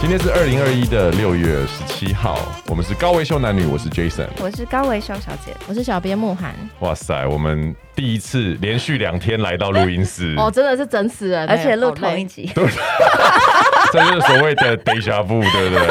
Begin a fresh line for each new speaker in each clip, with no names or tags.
天是二零二一的六月十七号，我们是高维修男女，我是 Jason。
我是高维修小姐，
我是小编慕寒。
哇塞，我们第一次连续两天来到录音室，
哦，真的是整死人欸，
而且录
哦
好累
同一 集，
这就是所谓的 deja vu，对 不对？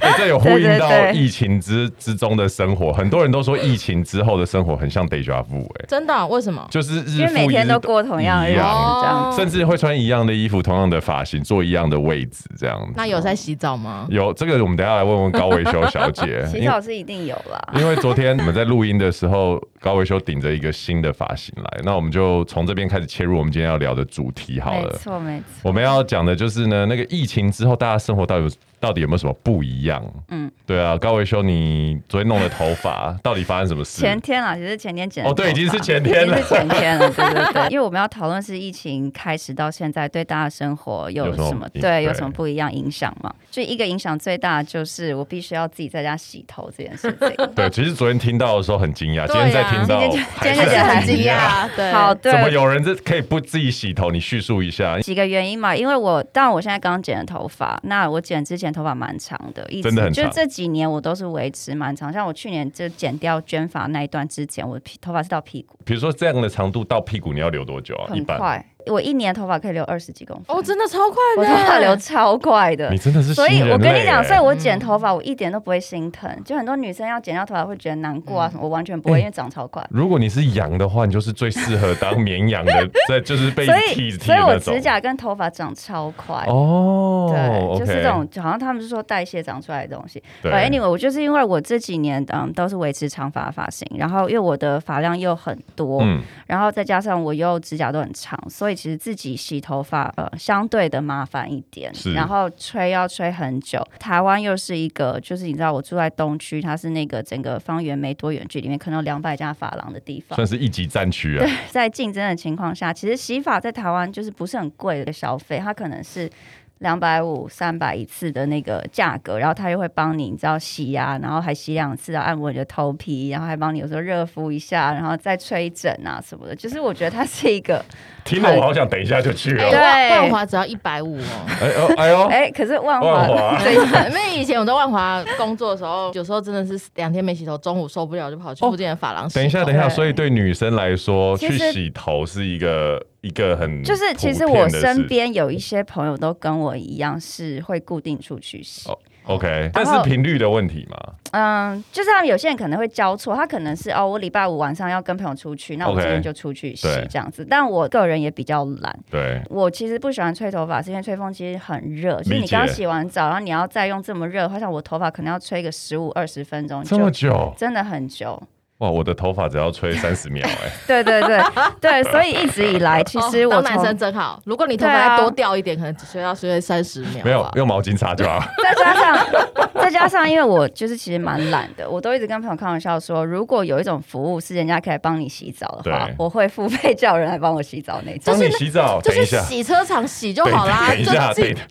哎这有呼应
对对
到
对
疫情之之中的生活，很多人都说疫情之后的生活很像 deja vu，哎，
真的哦为什么？
就是日复一日
因为每天都过同样的日子，
一
这
哦
样。
甚至会穿一样的衣服、同样的发型、坐一样的位置，这样子。
那有在洗澡吗？
有这个，我们等一下来问问高维修小
，
姐
洗
因为
澡是一定有啦。
因为昨天我们在录音的时候，高维修顶着一个新的发型来，那我们就从这边开始切入我们今天要聊的主题好
没
了。
错，没错。
我们要讲的就是呢，那个疫情之后，大家生活到底有到底有没有什么不一样？
嗯
嗯，对啊，高维修，你昨天弄的头 发到底发生什么事？
前天啊，其实前天剪的
哦对
头发
已经是前天了
已经是前 天了，对对对。因为我们要讨论是疫情开始到现在对大家生活有
有什么
什么
影
对有
对
什么不一样影响嘛？就一个影响最大就是我必须要自己在家洗头这件事 情。
对，其实昨天听到的时候很惊讶，今
对啊
天再听到
今天就
还
今天
是
就很
惊讶。，
对，
好，
怎么
对，
有人这可以不自己洗头？你叙述一下，
几个原因嘛，因为我，但我现在刚剪的头发，那我剪之前头发蛮长的，一直
真的很
就
长
是这几年我都是维持蛮长，像我去年就剪掉卷发那一段之前，我的皮头发是到屁股，
比如说这样的长度到屁股你要留多久啊？一
很
般，
快，我一年头发可以留二十几公分，
哦，真的超快的，啊嗯
我头发留超快的
你。真的是
所以
新人
我跟你
类
讲，
欸
所以我剪头发我一点都不会心疼，就很多女生要剪掉头发会觉得难过
嗯
啊什么，我完全不会，
哎
因为长超快。
如果你是羊的话，你就是最适合当绵羊的，在就是被
所
剃
以，
剃
所以
的
我
那种
指。甲跟头发长超快。
哦，
对，就是
OK
这种，好像他们是说代谢长出来的东西。
对
反正 anyway，我就是因为我这几年嗯都是维持长发发型，然后因为我的发量又很多，
嗯，
然后再加上我又指甲都很长，所以其实自己洗头发呃相对的麻烦一点
是，
然后吹要吹很久。台湾又是一个，就是你知道我住在东区，它是那个整个方圆没多远距离里面可能有两百家发廊的地方
算，是一级战区啊。
在竞争的情况下，其实洗发在台湾就是不是很贵的一个消费，它可能是两百五、三百一次的那个价格，然后它又会帮你，你知道洗啊，然后还洗两次啊，按摩你的头皮，然后还帮你有时候热敷一下，然后再吹枕啊什么的。就是我觉得它是一 个，
听了我好想等一下就去
哎
哦。
对
万万华只要一百五 哦。
哎呦哎呦，
哎、可是万
万
华
华。
对，因为以前我在万华工作的时候，有时候真的是两天没洗头，中午受不了就跑去附近的发廊洗头。
等一下，等一下，
对
所以对女生来说，
其
去
实
洗头是一个一个很
就是其实
普遍
我
的事
身边有一些朋友都跟我一样是会固定出去洗，
哦 OK，但是频率的问题嘛，
嗯，就是他们有些人可能会交错，他可能是哦，我礼拜五晚上要跟朋友出去，那我
OK
今天就出去洗
对
这样子。但我个人也比较懒，
对，
我其实不喜欢吹头发，是因为吹风机很热，就是
理
你
解
刚洗完澡，然后你要再用这么热的话，像我头发可能要吹个十五二十分钟，
这么
就
久
真的很久。
哇，我的头发只要吹三十秒 哎，
对对对对，所以一直以来，其
哦
实我
当
从、
男生真好，如果你头
对啊
发再多掉一点，可能只需要睡三十秒吧。
没有用毛巾擦就好。
再加上，再加上，因为我就是其实蛮懒的，我都一直跟朋友开玩笑说，如果有一种服务是人家可以帮你洗澡的话
对，
我会付费叫人来帮我洗澡那种。
帮你洗澡，
就
等一
去
下，
洗车场洗就好啦。
等一下，
就
等一下，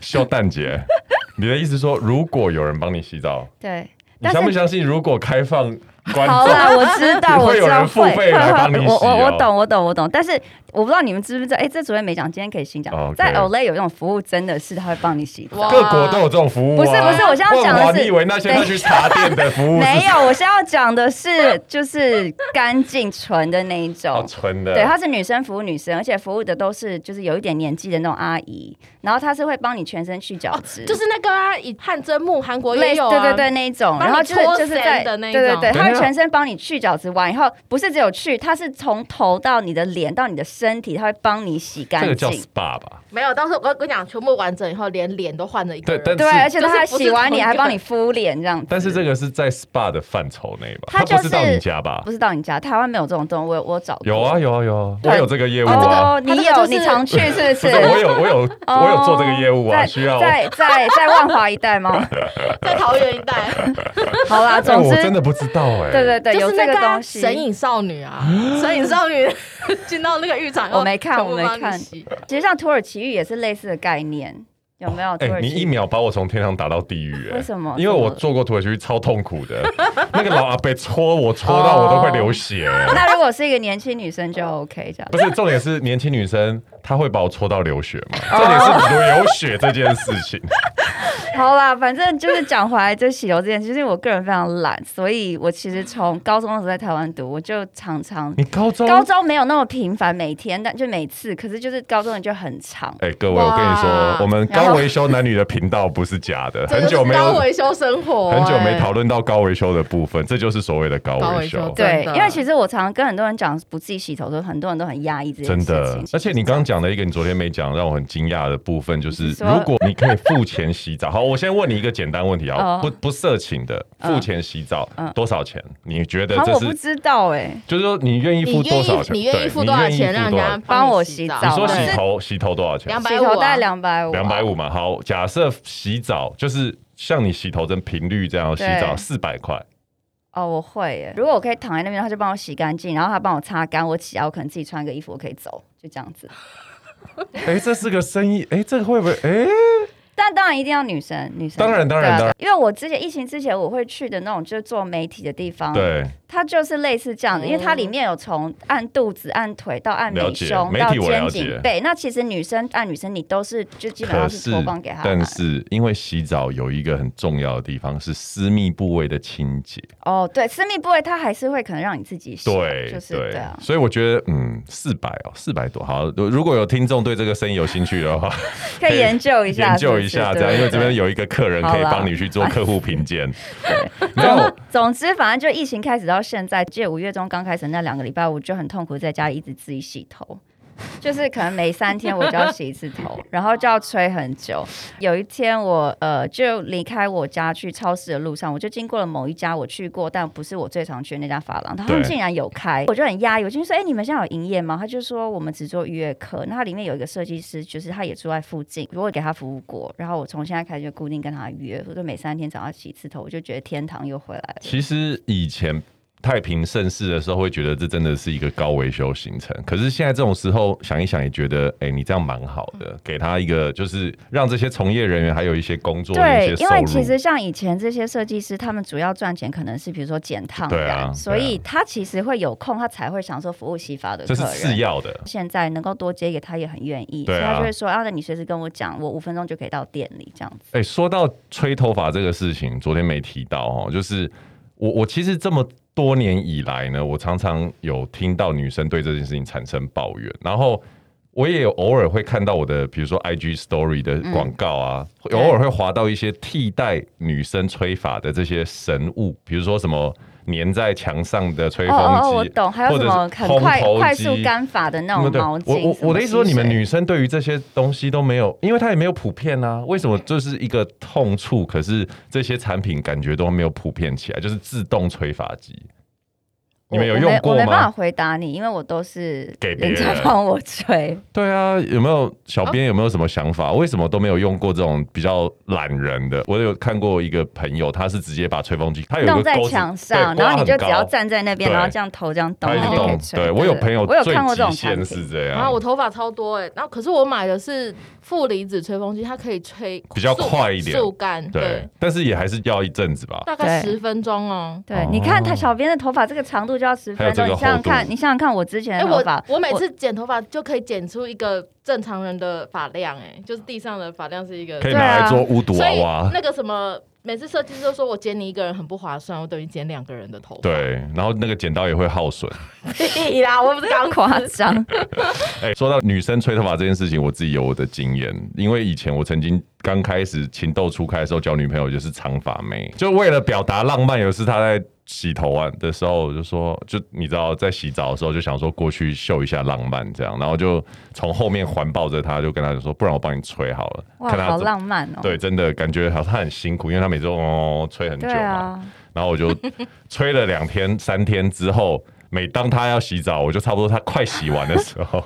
秀蛋姐， 你的意思说，如果有人帮你洗澡，
对，
你相不相信？如果开放观
好啦，
众，
我知道，我
会有
知道
人付
会
费来帮你洗
我
哦
我我懂，我懂，我懂。但是我不知道你们知不知道，哎，这昨天没讲，今天可以新讲
哦，，OK
在 Olay 有一种服务，真的是他会帮你洗澡。
哇
各国都有这种服务、啊。
不是不是我现在要讲的是
万华你以为那些要去茶店的服务是
没有，我现在要讲的是，就是干净纯的那一种
好。纯的？
对，她是女生服务女生，而且服务的都是就是有一点年纪的那种阿姨，然后她是会帮你全身去角质、
就是那个啊，以汗蒸木韩国也
类似
有
对
啊，
对对那一种，
帮
然后
你
就是
搓
就是
绳
在
的那一
对对
种
对，她
等一
会
下
全身帮你去角质完以后，不是只有去，她是从头到你的脸到你的身体，她会帮你洗
这个
干
叫
净。
SPA 吧？
没有，到时候我跟你讲，全部完整以后，连脸都换了一个
对，
人。
但
对，而
是
且她还
就是不是
洗完
同一
脸
个
还帮你敷脸这样子。
但是这个是在 SPA 的范畴内吧？
它
它
就
不
是
是到你家吧
不？是到你家，台湾没有这种东西，我有我有找过
有啊有啊有啊，
对
我有这个业务啊。
哦，你
它这个
有
就是
你常去是不
不
是
是？我有我有 我有做这个业务啊，
在
需要。
在在在万华一 带吗？
在桃园一带，啊
好啦，
但
总
我
之
真的不知道哎。
对对对，
就
有
是
这
那
个
个啊
东西。
神隐少 女啊，神隐少女进到那个浴场以后，
我没看
全部
我没
帮你
看
洗
其实像土耳其浴也是类似的概念，有没有？土
哎、
耳
你
其
一
浴
秒把我从天堂打到地狱、哎，
为什么
因为我做过土耳其浴超痛苦 的，那个老阿伯戳我，戳到我都快流血、哎
哦
那如果是一个年轻女生就 OK 这样。
不是，重点是年轻
哦
女生她会把我戳到流血嘛？重点是流血这件事情，
好啦，反正就是讲回来，就洗头这件事，就是我个人非常懒，所以我其实从高中的时候在台湾读，我就常常
你高中
高中没有那么频繁，每天但就每次，可是就是高中的就很长。
哎、各位，我跟你说
哇，
我们高维修男女的频道不是假的，很久没
这就是
有
高维修生活、
很久没
哎
讨论到高维修的部分，这就是所谓的高维
高维
修
修。
对
真，的
因为其实我常常跟很多人讲不自己洗头的时候，很多人都很压抑这件
真
事情。
的，而且你刚刚讲的一个你昨天没讲，让我很惊讶的部分就是，
你是说
如果你可以付钱洗澡，好，我先问你一个简单问题啊，
哦
不不色情的，
嗯
付钱洗澡
嗯
多少钱？你觉得
好像
这
我不
是
知道哎、
就是说你愿意
你
付
愿
多
意
少钱？
你愿
对
意付多少钱让人
多少
家
钱
帮我
洗
洗
澡？
澡
你说
对
洗头洗头多少钱？
两百
洗
五
头
啊
大概两百五，
两百五。嘛。好，假设洗澡就是像你洗头的频率这样洗澡
对
四百块，
哦，我会耶。如果我可以躺在那边，他就帮我洗干净，然后他帮我擦干，我啊起来我可能自己穿个衣服，我可以走，就这样子。
哎，这是个生意，哎，这个会不会？哎，
但当然一定要女生，女生
当然当然
对
当
啊
然
因为我之前疫情之前我会去的那种就是做媒体的地方，，
对，
它就是类似这样的，因为它里面有从按肚子、按腿到按
了
美
解
胸
媒
到
体我
肩
了
颈
解
背，那其实女生按女生你都是就基本
可
上是
是
脱光给她
但
按。
是因为洗澡有一个很重要的地方是私密部位的清洁，
哦，对，私密部位它还是会可能让你自己洗，
对，
就是
对
对啊。
所以我觉得，嗯，四百哦，四百多，好，如如果有听众对这个生意有兴趣的话，
可以研究一下，
研究
是不
一
是
下，
对
这样，因为
对
这边有一个客人可以
好啦
帮你去做客户评 鉴， 没有
总。总之，反正就疫情开始到现在，记得五月中刚开始那两个礼拜，我就很痛苦，在家里一直自己洗头。就是可能每三天我就要洗一次头，然后就要吹很久。有一天我呃就离开我家去超市的路上，我就经过了某一家我去过但不是我最常去的那家发廊，他们
对
竟然有开，我就很压抑。我就说：“哎、你们现在有营业吗？”他就说：“我们只做预约课。”那它里面有一个设计师，就是他也住在附近，我也给他服务过。然后我从现在开始就固定跟他约，我就每三天早上洗一次头，我就觉得天堂又回来了。
其实以前太平盛世的时候，会觉得这真的是一个高维修行程。可是现在这种时候，想一想也觉得，哎、你这样蛮好
嗯
的，给他一个就是让这些从业人员还有一些工作的一些，
对
收
因
入。
为其实像以前这些设计师，他们主要赚钱可能是比如说剪烫
对啊
染，
对啊
所以他其实会有空，他才会想说服务洗发的
这
客
是次
人。
要的，
现在能够多接给他也很愿意，
对啊
所以他就会说啊，那你随时跟我讲，我五分钟就可以到店里这样子。
哎、说到吹头发这个事情，昨天没提到哦，就是我我其实这么多年以来呢，我常常有听到女生对这件事情产生抱怨，然后我也有偶尔会看到我的，比如说 IG Story 的广告啊，会
嗯对
偶尔会滑到一些替代女生吹发的这些神物，比如说什么粘在墙上的吹风机，
哦哦，我懂，还有
或
什
者
么
是
很
烘
快
头
快
机
速干发的那种
嗯对
毛巾。
我我
什么
我的意思说，
吸
你们
水
女生对于这些东西都没有，因为它也没有普遍啊。为什么这是一个痛处？可是这些产品感觉都没有普遍起来，就是自动吹发机，你们有
我
用过
我没？我没办法
吗？
回答你，因为我都是
给别
人家
人
帮我吹。
对啊，有没有小编有没有什么想法？为什么都没有用过这种比较懒人的？我有看过一个朋友，他是直接把吹风机，他有一个
弄在
钩子
墙
对
上，然后
挂
你就
很
只要
高
站在那边，
对
然后这样头这样动，
它一
你
直
就可以
动。
吹。
对我有朋友，
我有
最
看过这种
极
产
限
品，
是这样，
然后我头发超多哎、然后可是我买的是负离子吹风机，它可以吹
比较
速
快一点
速干
对，，但是也还是要一阵子吧。
大概
对
十分钟哦。
对，你看
哦
他小编的头发这个长度就要十
还有
分
这
钟，
个
你想想
厚
看，
度
你想想看我之前
哎、
的头发
我，我每次剪头发就可以剪出一个正常人的发量、哎，就是地上的发量是一个，
可以
对
拿来
啊
做巫毒
所
娃
以
娃，
那个什么，每次设计师都说我剪你一个人很不划算，我等于剪两个人的头发。
对，然后那个剪刀也会耗损。
屁啦，我不是刚
夸张，
哎、说到女生吹头发这件事情，我自己有我的经验，因为以前我曾经刚开始情窦初开的时候，交女朋友就是长发妹，就为了表达浪漫，有一次她在。洗头啊的时候，我就说，就你知道，在洗澡的时候就想说过去秀一下浪漫这样，然后就从后面环抱着她，就跟她就说，不然我帮你吹好了，
哇，
看她
好
怎么
浪漫哦。
对，真的感觉好，她很辛苦，因为她每次都哦吹很久
对
嘛，
啊，
然后我 就吹了两天、三天之后，每当他要洗澡，我就差不多他快洗完的时 候，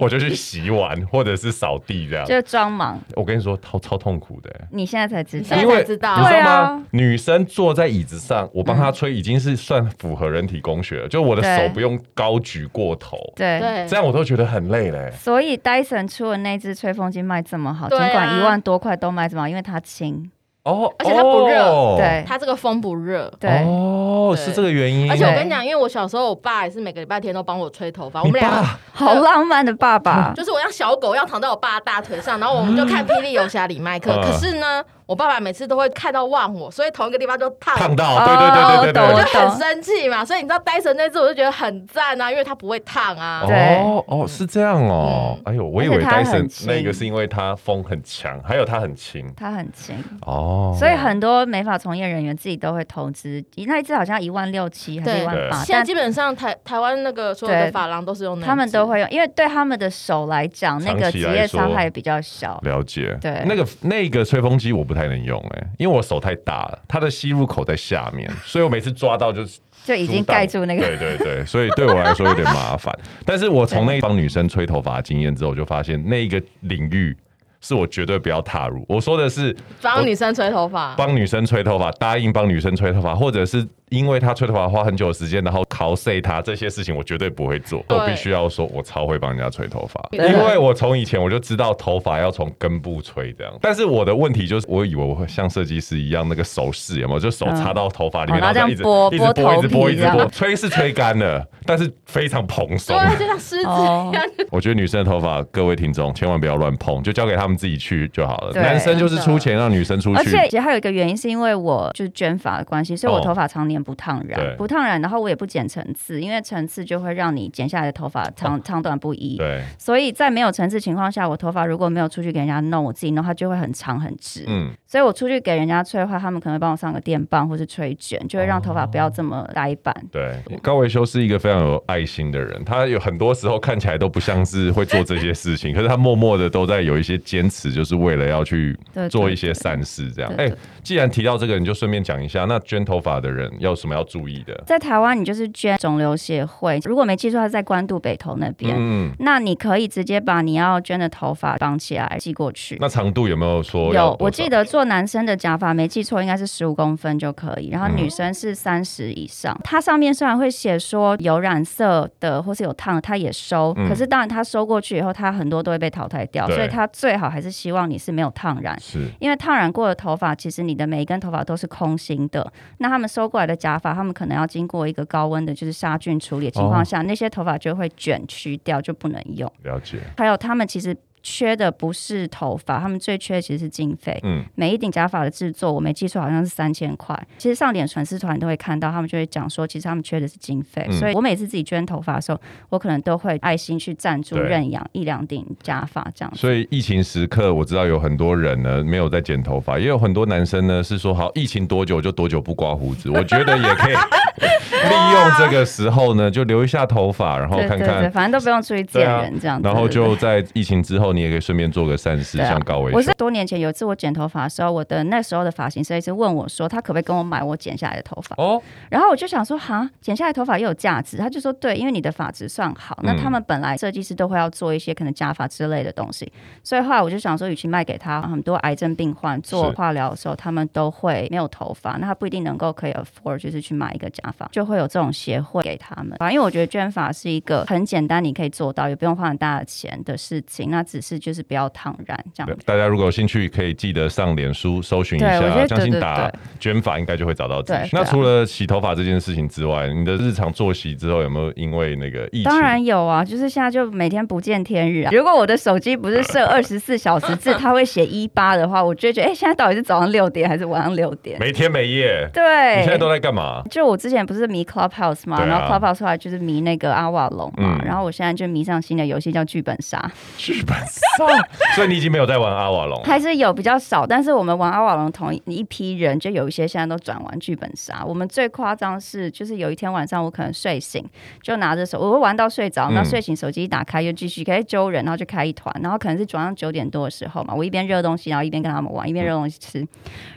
我就去洗碗或者是扫地这样。
就是装忙，
我跟你说，超超痛苦的、
你现在才知
你
道
现在。
因为
才知
你
道
知道
对
吗？
啊
女生坐在椅子上，我帮她吹，已经是算符合人体工学了，就我的手
对
不用高举过头，
对，
对
这，样我都觉得很累嘞、
所以 Dyson 出的那只吹风机卖这么好，尽
对啊
管一万多块都卖这么好，因为它轻。
哦，
而且它不热
哦
对
它这个风不热。
对，
哦，
对
是这个原因。
而且我
对
跟你讲，因为我小时候，我爸也是每个礼拜天都帮我吹头发，我
你
们俩
爸
好浪漫的爸爸。
就是我让小狗要躺在我爸的大腿上，然后我们就看《霹雳游侠》里麦克。
嗯
可是呢，我爸爸每次都会看到忘我，所以同一个地方就烫
烫到，
哦
对对对对
我
我
对
懂
就很生气嘛，所以你知道戴森那只我就觉得很赞啊，因为它不会烫啊。
对，
对嗯
哦哦是这样哦，哎呦，我以
而
为
且它
戴
很
森
轻
那个是因为它风很强，还有它很轻
它很轻，
哦，
嗯所以很多美发从业人员自己都会投资，那一支好像一万六七还是一
对
万
对
八，
现在
但
基本上台台湾那个所有
对
的发廊都是用那一
他们都
支
会用，因为对他们的手来讲，那个
长
职
期来
业
说
伤害比较小。
了解，
对
那个那个吹风机我不太能用哎、因为我手太大了，它的吸入口在下 面，所以我每次抓到就是
就已经
阻挡
盖住那个
对对对，所以对我来说有点麻烦。但是我从那一帮女生吹头发的经验之后，我就发现那一个领域是我绝对不要踏入。我说的是
帮女生吹头发。
帮女生吹头发，答应帮女生吹头发，或者是因为她吹头发花很久的时间，然后 cos 她这些事情，我绝对不会做。
对
我必须要说，我超会帮人家吹头发，因
对
为我从以前我就知道头发要从根部吹这样。但是我的问题就是，我以为我会像设计师一样，那个手势有没有，就手插到头发里面，
嗯然
就
后这样
一直
拨
一直
拨
拨，一直拨，
头皮
一直
这样
拨，吹是吹干了，但是非常蓬松
对。啊，就像狮子一
哦
样，
我觉得女生的头发，各位听众千万不要乱碰，就交给他们自己去就好了。
对
男生就是出钱让女生出去，
而且其实还有一个原因，是因为我就是卷发的关系，所以我
哦
头发常年不烫染，
对
不烫染，然后我也不剪层次，因为层次就会让你剪下来的头发长、长短不一。
哦对，
所以在没有层次情况下，我头发如果没有出去给人家弄，我自己弄，它就会很长很直。
嗯。
所以我出去给人家吹的话，他们可能会帮我上个电棒或是吹卷，就会让头发不要这么呆板。
对，高维修是一个非常有爱心的人，他有很多时候看起来都不像是会做这些事情，可是他默默的都在有一些坚持，就是为了要去
对
做一些善事。这样，哎、
对对
既然提到这个，你就顺便讲一下，那捐头发的人要有什么要注意的？
在台湾，你就是捐肿瘤协会，如果没记错，它是在关渡北投那边。
嗯，
那你可以直接把你要捐的头发绑起来寄过去。
那长度有没有说要
有，
多少
我记得做男生的假发没记错，应该是十五公分就可以，然后
嗯
女生是三十以上。它上面虽然会写说有染色的或是有烫的，它也收，
嗯
可是当然它收过去以后，它很多都会被淘汰掉，
对
所以它最好还是希望你是没有烫染。
是
因为烫染过的头发，其实你的每一根头发都是空心的。那他们收过来的假发，他们可能要经过一个高温的，就是杀菌处理的情
哦
况下，那些头发就会卷曲掉，就不能用。
了解，
还有他们其实缺的不是头发，他们最缺的其实是经费。
嗯，
每一顶假发的制作，我没记错，好像是三千块。其实上脸粉丝团都会看到，他们就会讲说，其实他们缺的是经费。
嗯
所以我每次自己捐头发的时候，我可能都会爱心去赞助
对
认养一两顶假发这样子。
所以疫情时刻，我知道有很多人呢没有在剪头发，也有很多男生呢是说好疫情多久就多久不刮 胡子，我觉得也可以利用这个时候呢，就留一下头发，然后
对
看
对对，
看。
反正都不用出去见
对啊
人这样子。
然后
对对
就在疫情之后，你也可以顺便做个善事，
对啊
像高维
我
修
是多年前有一次我剪头发的时候，我的那时候的发型设计师问我说，他可不可以跟我买我剪下来的头发？
哦，
然后我就想说，哈，剪下来头发也有价值。他就说，对，因为你的发质算好，那
嗯
他们本来设计师都会要做一些可能假发之类的东西，所以后来我就想说，与其卖给他，很多癌症病患做
是
化疗的时候，他们都会没有头发，那他不一定能够可以 afford 就是去买一个假发，就会有这种协会给他们。反正因为我觉得捐发是一个很简单，你可以做到，也不用花很大的钱的事情，那只是就是不要烫染这样
对。大家如果有兴趣，可以记得上脸书搜寻一
对我觉
下，
得
相信
对对
打
对
卷发应该就会找到自己
对。
那
对啊
除了洗头发这件事情之外，你的日常作息之后有没有因为那个疫情？
当然有啊，就是现在就每天不见天日啊。如果我的手机不是 设二十四小时制，它会写一八的话，我就会觉得，哎、现在到底是早上六点还是晚上六点？
没天没夜，你现在
对
都。在干嘛？
就我之前不是迷 Clubhouse 嘛，
对啊
然后 Clubhouse 后来就是迷那个阿瓦隆嘛，
嗯
然后我现在就迷上新的游戏叫剧本杀，
剧本杀， 所以你已经没有在玩阿瓦隆了。
还是有比较少，但是我们玩阿瓦隆同一一批人，就有一些现在都转玩剧本杀。我们最夸张是，就是有一天晚上我可能睡醒，就拿着手，我会玩到睡着，
嗯
那睡醒手机一打开就继续可以揪人，然后就开一团，然后可能是早上九点多的时候嘛，我一边热东西，然后一边跟他们玩，一边热东西吃。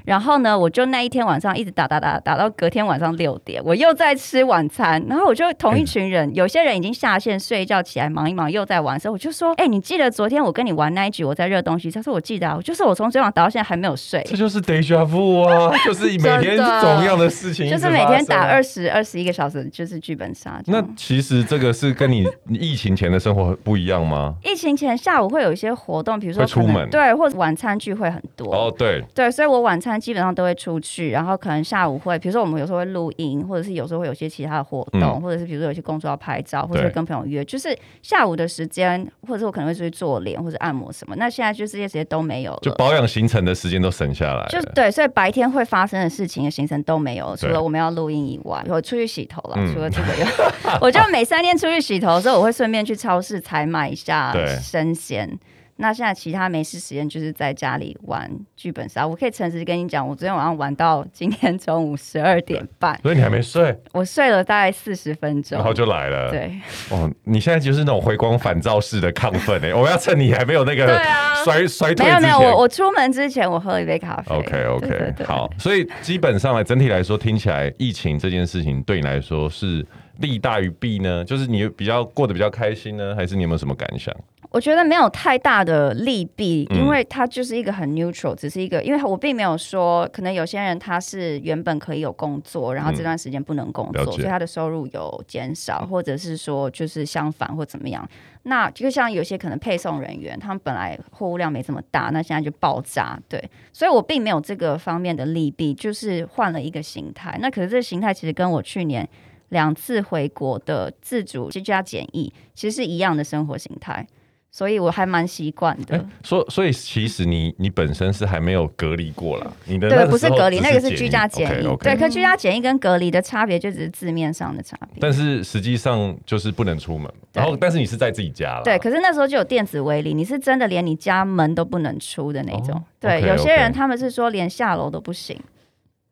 然后呢，我就那一天晚上一直打打打打到隔天晚上六点，我又在吃晚餐，然后我就同一群人，有些人已经下线睡觉起来忙一忙又在玩，所以我就说，哎、你记得昨天我跟你玩那一局我在热东西？他说我记得啊，我就说我从昨天晚上打到现在还没有睡。
这就是 deja vu 啊， 就是每天
真的
同样的事情一直
就
发
是
生，啊
每天打二十二十一个小时，就是剧本杀这
那
样。
其实这个是跟你 你疫情前的生活不一样吗？
疫情前下午会有一些活动，比如说
会出
可能
门
对，或者晚餐聚会很多。
哦，对，
对，所以我晚餐基本上都会出去，然后可能下午会，比如说我们有时候会录音，或或者是有时候会有些其他的活动，
嗯
或者是比如说有些工作要拍照，或者
对
是跟朋友约，就是下午的时间，或者是我可能会出去做脸或者按摩什么。那现在就这些时间都没有
就
了。
保养行程的时间都省下来了。
就对，所以白天会发生的事情的行程都没有，除
对
了我们要录音以外，我出去洗头了。
嗯
除了这个以外，我就每三天出去洗头的时候，我会顺便去超市采买一下
对
生鲜。那现在其他没事时间就是在家里玩剧本杀。我可以诚实跟你讲，我昨天晚上玩到今天中午十二点半，
所以你还没睡，
我睡了大概四十分钟
然。后就来了。，
对，
哦，你现在就是那种回光返照式的亢奋哎、我们要趁你还没有那
对
个
啊
衰、衰 退
没有
之
没有，
前。
我我出门之前我喝了一杯咖啡。
OK OK，
对对对
好，所以基本上来整体来说，听起来疫情这件事情对你来说是利大于弊呢？就是你比较过得比较开心呢，还是你有没有什么感想？
我觉得没有太大的利弊，
嗯
因为它就是一个很 neutral，只是一个，因为我并没有说，可能有些人他是原本可以有工作，然后这段时间不能工作，
嗯了解嗯
所以他的收入有减少，或者是说就是相反或怎么样。那就像有些可能配送人员，他们本来货物量没这么大，那现在就爆炸，对，所以我并没有这个方面的利弊，就是换了一个形态。那可是这个形态其实跟我去年两次回国的自主居家检疫其实是一样的生活形态，所以我还蛮习惯的。
哎、所所以其实你你本身是还没有隔离过啦，你的那
对，
个
不
时
是
候
隔离，
只
那个是居家检
检
疫。
OK，
对，可居家检疫跟隔离的差别就只是字面上的差别。
但是实际上就是不能出门，
对
然后但是你是在自己家了，
对，可是那时候就有电子围篱，你是真的连你家门都不能出的那种。
哦
对
OK，
有些人
OK
他们是说连下楼都不行。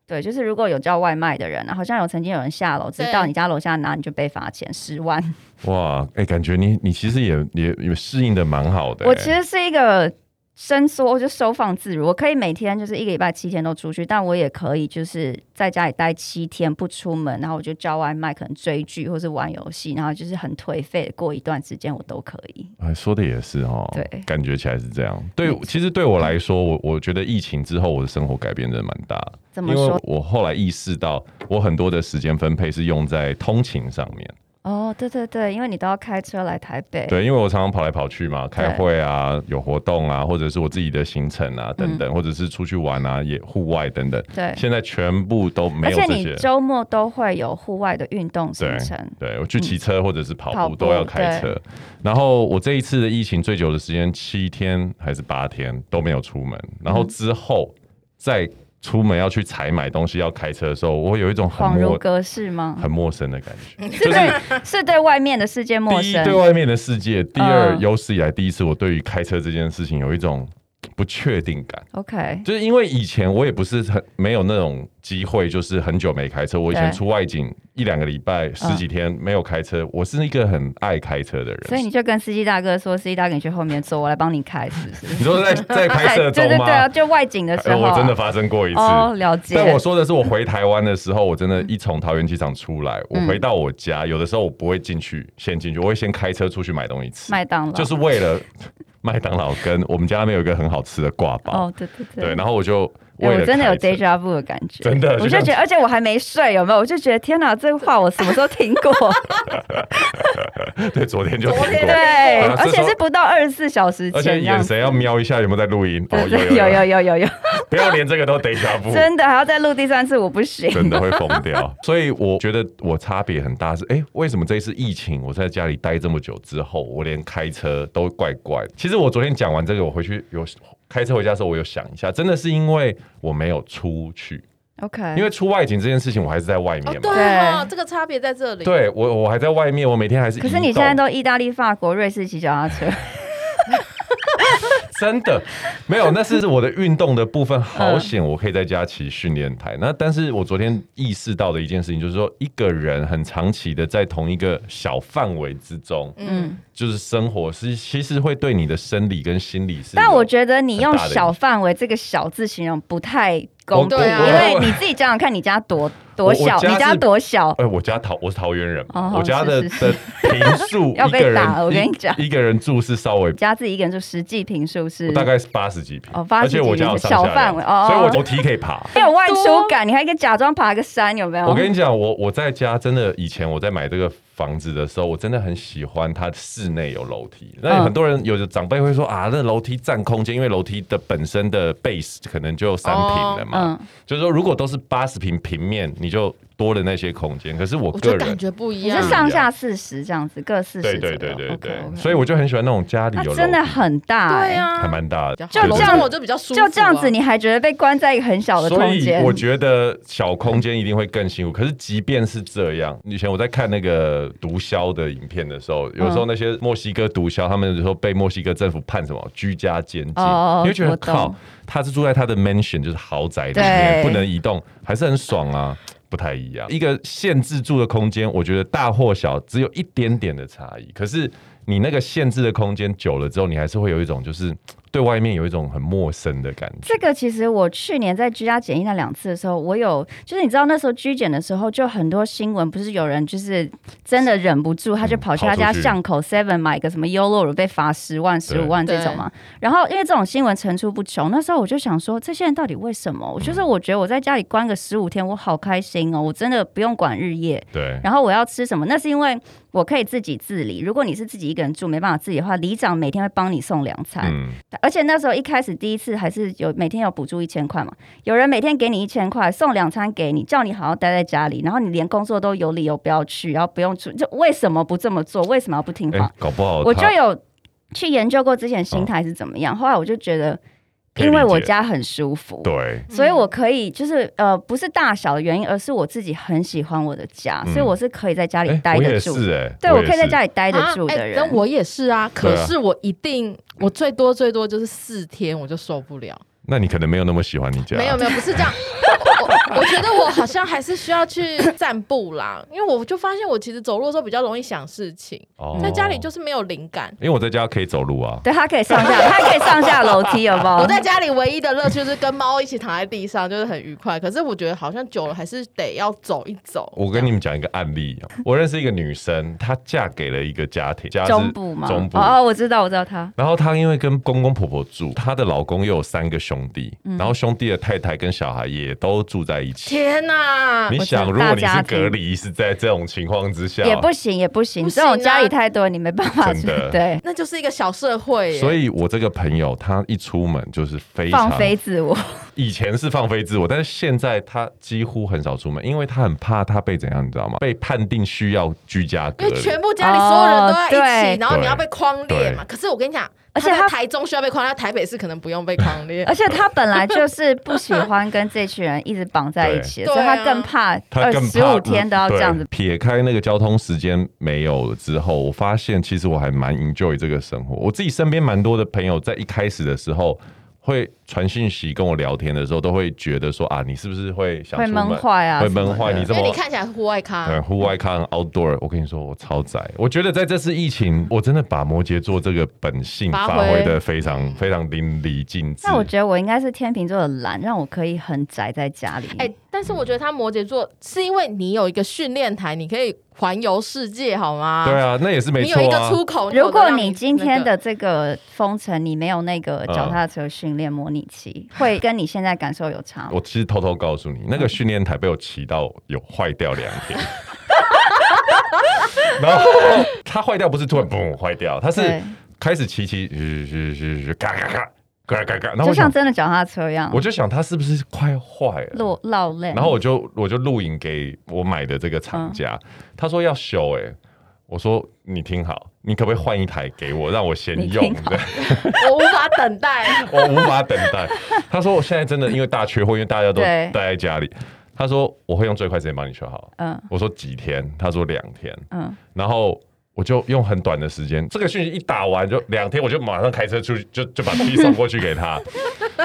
对，就是如果有叫外卖的人，好像有曾经有人下楼，直
对
到你家楼下拿，你就被罚钱十万。
哇，哎、感觉你你其实也也也适应的蛮好的、欸
我其实是一个伸缩，就收放自如。我可以每天就是一个礼拜七天都出去，但我也可以就是在家里待七天不出门，然后我就叫外卖，可能追剧或是玩游戏，然后就是很颓废，过一段时间我都可以。
哎，说的也是哦，
对
感觉起来是这样。对
没，错
其实对我来说，我我觉得疫情之后，我的生活改变真的蛮大的，
怎
因
么
为
说？
我后来意识到，我很多的时间分配是用在通勤上面。
哦，对对对，因为你都要开车来台北。
对，因为我常常跑来跑去嘛，开会啊，有活动啊，或者是我自己的行程啊等等，或者是出去玩啊，也户外等等。
嗯对
现在全部都没
而
有
且
这
你
些。
周末都会有户外的运动行程。
对我去骑车或者是跑
嗯跑
步
步
都要开车，然后我这一次的疫情最久的时间七天还是八天都没有出门，然
嗯
后之后再出门要去采买东西要开车的时候，我有一种很
恍如
陌
隔世吗？
很陌生的感觉，
是对， 是对外面的世界陌
第一对
生。
外面的世界，第二
嗯
有史以来第一次我对于开车这件事情有一种不确定感。
OK，
就是因为以前我也不是很没有那种机会，就是很久没开车。我以前
对嗯
出外景一两个礼拜、十几天没有开车，我是一个很爱开车的人。
所以你就跟司机大哥说，司机大哥你去后面坐，我来帮你开，是不是？
你 说在在 拍摄中
对对
吗？
对啊，就外景的时
呃
候啊、
我真的发生过一次。
哦，了解。嗯
但我说的是，我回台湾的时候，我真的，一从桃园机场出来，我回到我家，有的时候我不会进去，先进去，我会先开车出去买东西吃，
麦当劳
就是为 了麦当劳跟我们家那边有一个很好吃的挂包，
哦，对对对，
对，然后我就
哎
为了
我真的有
开车
deja vu 的感觉，
真的
我
就
就
像
觉得，而且我还没睡，有没有？我就觉得天哪，这话我什么时候听过？
对，昨天就
昨
听
天
过，
对
啊，
而
这时
且
候
是不到二十四小 时
而且
前这样
眼神要瞄一下有没有在录音，哦，
对
有
对，有
有，哦
有有有有，
不要连这个都得下步。
真的还要再录第三次，我不行。
真的会疯掉。 所以我觉得我差别很大是，哎、为什么这一次疫情我在家里待这么久之后，我连开车都怪怪的？其实我昨天讲完这个，我回去有开车回家的时候，我有想一下，真的是因为我没有出去，
OK，
因为出外景这件事情我还是在外面
哦
嘛。
对哦，
对
这个差别在这里。
对我，我还在外面，我每天还是移
可
动。
是你现在都意大利、法国、瑞士骑脚踏车，
真的没有，那是我的运动的部分，好险我可以在家骑训练台。那但是我昨天意识到的一件事情，就是说一个人很长期的在同一个小范围之中，
嗯，
就是生活是其实会对你的生理跟心理是有。
但我觉得你用
很大的影响
小范围这个“小”字形容不太公平，
对啊
因为你自己想想看，你家多多小
我，家是
你家多小，
哎、我家桃我是桃园人嘛，
哦
我家的
是是
的平数
要
一
被
个人
打了我跟你讲
一，一个人住是稍微
你。家自己一个人住实际平数是
我大概是八十几平，
哦80
而且我家有
几
上下
平小范围
楼
哦
所以我楼梯可以爬。
没有外出感，你还可以假装爬个山，有没有？
我跟你讲，我我在家真的以前我在买这个房子的时候，我真的很喜欢它室内有楼梯。那
嗯
很多人有的长辈会说啊，那楼梯占空间，因为楼梯的本身的 base 可能就三平了嘛。
嗯，
就是说，如果都是八十平平面，你就多的那些空间。可是我
我
个
就感
人，
觉不一
你
样
是。上下四十这样子，各四
对
十
对
左右。
对对
OK，
对
OK
所以我就很喜欢那种家里有
那
楼
真的
梯
很大、欸，
对啊，
还蛮大的，
比较好
对
楼
对
上
对
我就比较舒服、啊
就这样子，，你还觉得被关在一个很小的
所
空
以
间？
我觉得小空间一定会更辛苦。可是即便是这样，以前我在看那个毒枭的影片的时候，有时候那些墨西哥毒枭，他们有时候被墨西哥政府判什么居家监禁，
哦
你会觉得
我懂
靠，他是住在他的 mansion，就是豪宅里面，
对
不能移动，还是很爽啊。不太一样，一个限制住的空间，我觉得大或小只有一点点的差异。可是你那个限制的空间久了之后，你还是会有一种就是对外面有一种很陌生的感觉。
这个其实我去年在居家检疫那两次的时候，我有就是你知道那时候居检的时候，就很多新闻不是有人就是真的忍不住，他就跑去他
嗯跑
家
出去
巷口 Seven 买个什么优酪乳被罚十万、十五万这种嘛。然后因为这种新闻层出不穷，那时候我就想说，这些人到底为什么？我
嗯
就是我觉得我在家里关个十五天，我好开心哦，我真的不用管日夜。
对，
然后我要吃什么？那是因为我可以自己自理。如果你是自己一个人住没办法自理的话，里长每天会帮你送凉菜。
嗯，
而且那时候一开始第一次还是有每天有补助一千块嘛，有人每天给你一千块，送两餐给你，叫你好好待在家里，然后你连工作都有理由不要去，然后不用出，就为什么不这么做？为什么要不听
哎、哦
话？
搞不好
我
他
就有去研究过之前心态是怎么样，后来我就觉得，因为我家很舒服。
对，
所以
嗯
我可以就是呃，不是大小的原因，而是我自己很喜欢我的家，所以我是可以在家里
哎
待
我
得
也
住。
是哎、
对，我
也
可以在
是
家里待得住
啊
的
哎
人。
那、我也是啊，
对啊
可是我一定，我最多最多就是四天，我就受不了。
那你可能没有那么喜欢你家，
没有没有，不是这样。 我我我觉得我好像还是需要去散步啦，因为我就发现我其实走路的时候比较容易想事情，
哦
在家里就是没有灵感。
因为我在家可以走路啊。
对他可以上下，他可以上下楼梯，好不 好？
我在家里唯一的乐趣就是跟猫一起躺在地上，就是很愉快。可是我觉得好像久了还是得要走一走。
我跟你们讲一个案例，啊我认识一个女生，她嫁给了一个家庭，家是
中部嘛，
中部。
哦，我知道，我知道他。
然后她因为跟公公婆婆住，她的老公又有三个兄弟，
嗯
然后兄弟的太太跟小孩也都住在一起。
天哪、
你想，
啊我
如
知道
果你
大
是
家庭
隔离，是在这种情况之下，
也不行，也不行，
不
这
行
种家
啊
里太多，你没办法
啊真
去。
的
对，
那就是一个小社会耶。
所以我这个朋友，他一出门就是非常
放飞自我，
以前是放飞自我，但是现在他几乎很少出门，因为他很怕他被怎样，你知道吗？被判定需要居家隔
因为
离。
全部家里所有人都在一
哦对
起，然后你要被框列嘛。可是我跟你讲，
而且
他
他
在台中需要被框，他台北市可能不用被框列。
而且他本来就是不喜欢跟这群人一直绑在一起，
对
所以他
对啊
更怕
他
二
更嗯
十五天都要这样子
对。撇开那个交通时间没有了之后，我发现其实我还蛮 enjoy 这个生活。我自己身边蛮多的朋友，在一开始的时候会传讯息跟我聊天的时候，都会觉得说啊，你是不是会想
会
出门
闷坏啊
会
什么的
闷坏，你这
因
么
为你看起来户外咖，
对，呃户外看 outdoor，我跟你说，我超宅。我觉得在这次疫情，我真的把摩羯座这个本性
发
发挥
挥
的非常非常淋漓尽致。
那我觉得我应该是天秤座的懒，让我可以很宅在家里。
哎、但是我觉得他摩羯座是因为你有一个训练台，你可以环游世界，好吗？
对啊，那也是没
你有一
错啊
个。出口。
如
有
果
的让
你今天
那
的这个封城，你没有那个脚踏车训练模拟器，会跟你现在感受有差吗？
嗯我其实偷偷告诉你，那个训练台被我骑到有坏掉两天，然后它坏掉不是突然嘣坏掉，它是
对，
开始骑骑，嘘嘘嘘嘘嘎嘎嘎嘎嘎嘎，然后
就
我
像啊
想，
真的脚踏车一样
我，就想它是不是快坏了？
落落泪。
然后我就我就录影给我买的这个
嗯
厂家，他说要修哎、我说你听好，你可不可以换一台给我，让我先
你
用
听？好
对，
个我无法等待
我无法等 待。他说我现在真的因为大缺货，因为大家都
对
待在家里。他说我会用最快时间帮你修好。
嗯
我说几天？他说两天。
嗯，
然后我就用很短的时间，这个讯息一打完就两天，我就马上开车出去，就就把批送过去给 他。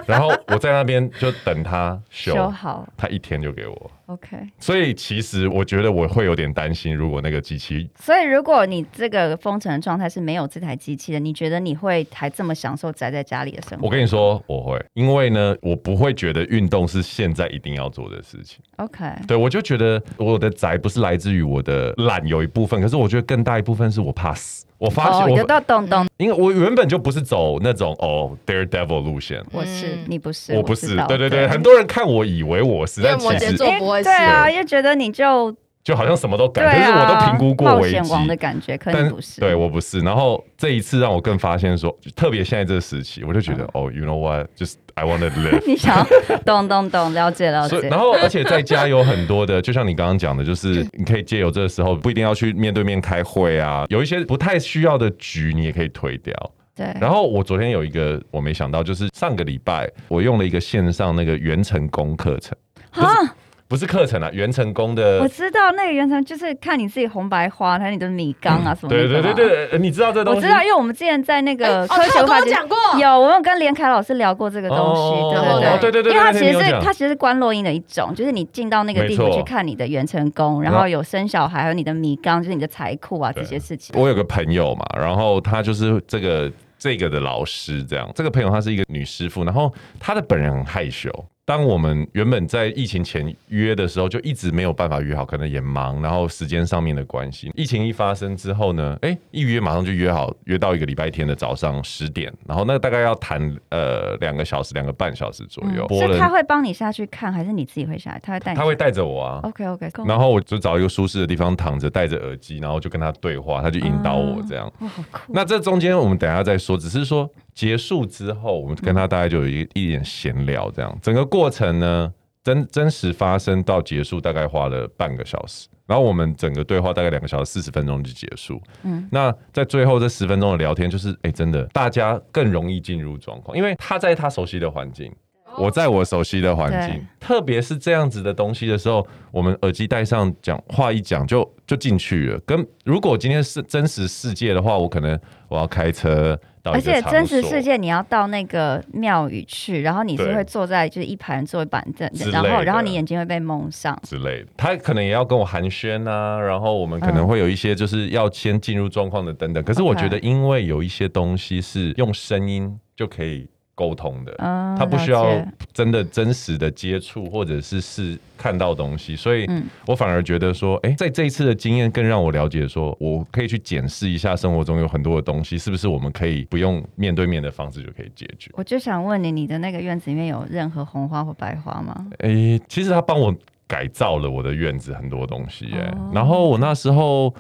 然后我在那边就等他修，
修好
他一天就给我。
，OK。
所以其实我觉得我会有点担心，如果那个机器
所以如果你这个封城的状态是没有这台机器的，你觉得你会还这么享受宅在家里的生
我
活
跟你说我会，因为呢，我不会觉得运动是现在一定要做的事情。
？OK，
对我就觉得我的宅不是来自于我的懒有一部分，可是我觉得更大一部分是我怕死。我发现
哦，
我，
有到懂
嗯
懂，
因为我原本就不是走那种哦 daredevil 路线，
我是你不是，
我不
知
是
道，
对对对，很
多
多人看我以为我是，
因为
但
摩
其
羯
实
座不会是
对啊，又觉得你就
就好像什么都敢，
对
可是我
啊，
都评估过
冒
危
险
机，
王的感觉，可
但
能不是。
对我不是。然后这一次让我更发现说，特别现在这个时期，我就觉
嗯
得、哦，you know what，just I want to live。
你想要懂懂懂，了解了
所以，
解
然。后，而且在家有很多的，就像你刚刚讲的，就是
嗯
你可以借由这个时候，不一定要去面对面开会啊，有一些不太需要的局，你也可以推掉。
对，
然后我昨天有一个我没想到，就是上个礼拜我用了一个线上那个元成功课程，不是
啊，
不是课程啊，元成功的
我知道那个原程就是看你自己红白花，还有你的米缸啊什么
嗯
的。
对对对。对，呃你知道这东
我
西？
知道，因为我们之前在 那
哎
个
哦
科学
他有跟
化
我
解
讲过，
有，我有跟连凯老师聊过这个东
哦
西，对
哦
对
对
对
对对
因为它
那
其
天你
实
有
是
讲
它其实是观落音的一种，就是你进到那个地
没
图
错
去看你的元成功，然
然
后
后
有生小孩，还有你的米缸，就是你的财库啊这些事情。
我有个朋友嘛，然后他就是这个这个的老师，这样。这个朋友她是一个女师傅，然后她的本人很害羞。当我们原本在疫情前约的时候，就一直没有办法约好，可能也忙，然后时间上面的关系。疫情一发生之后呢，哎，一约马上就约好，约到一个礼拜天的早上十点，然后那大概要谈呃两个小时、两个半小时左右。
嗯
播
是
了，
他会帮你下去看，还是你自己会下来？他会带你下
他
去。
会带着我啊，
OK OK，
然后我就找一个舒适的地方躺着，戴着耳机，然后就跟他对话，他就引导我这样。
啊哇，好酷！
那这中间我们等一下再说，只是说结束之后，我们跟他大概就有一一点闲聊，这样整个过程呢，真真实发生到结束大概花了半个小时，然后我们整个对话大概两个小时四十分钟就结束。嗯，那在最后这十分钟的聊天，就是哎、真的大家更容易进入状况，因为他在他熟悉的环境。
哦
我在我熟悉的环境
对，
特别是这样子的东西的时候，我们耳机戴上讲话一讲就就进去了。跟如果今天是真实世界的话，我可能我要开车到
而
一个
且
场所，
真实世界你要到那个庙宇去，然后你是
对
会坐在就是一排人坐一板凳
之，类
然
的
后然后你眼睛会被蒙上。
之类的，他可能也要跟我寒暄啊，然后我们可能会有一些就是要先进入状况的等等。可是我
嗯 OK
觉得，因为有一些东西是用声音就可以沟通的，
嗯，
他不需
了
要
解
真的真实的接触，或者是是看到东西，所以
嗯
我反而觉得说，哎、在这一次的经验更让我了解说，我可以去检视一下生活中有很多的东西，是不是我们可以不用面对面的方式就可以解决？
我就想问你，你的那个院子里面有任何红花或白花吗？
哎、其实他帮我改造了我的院子很多东西、哎、
哦
然后我那时候，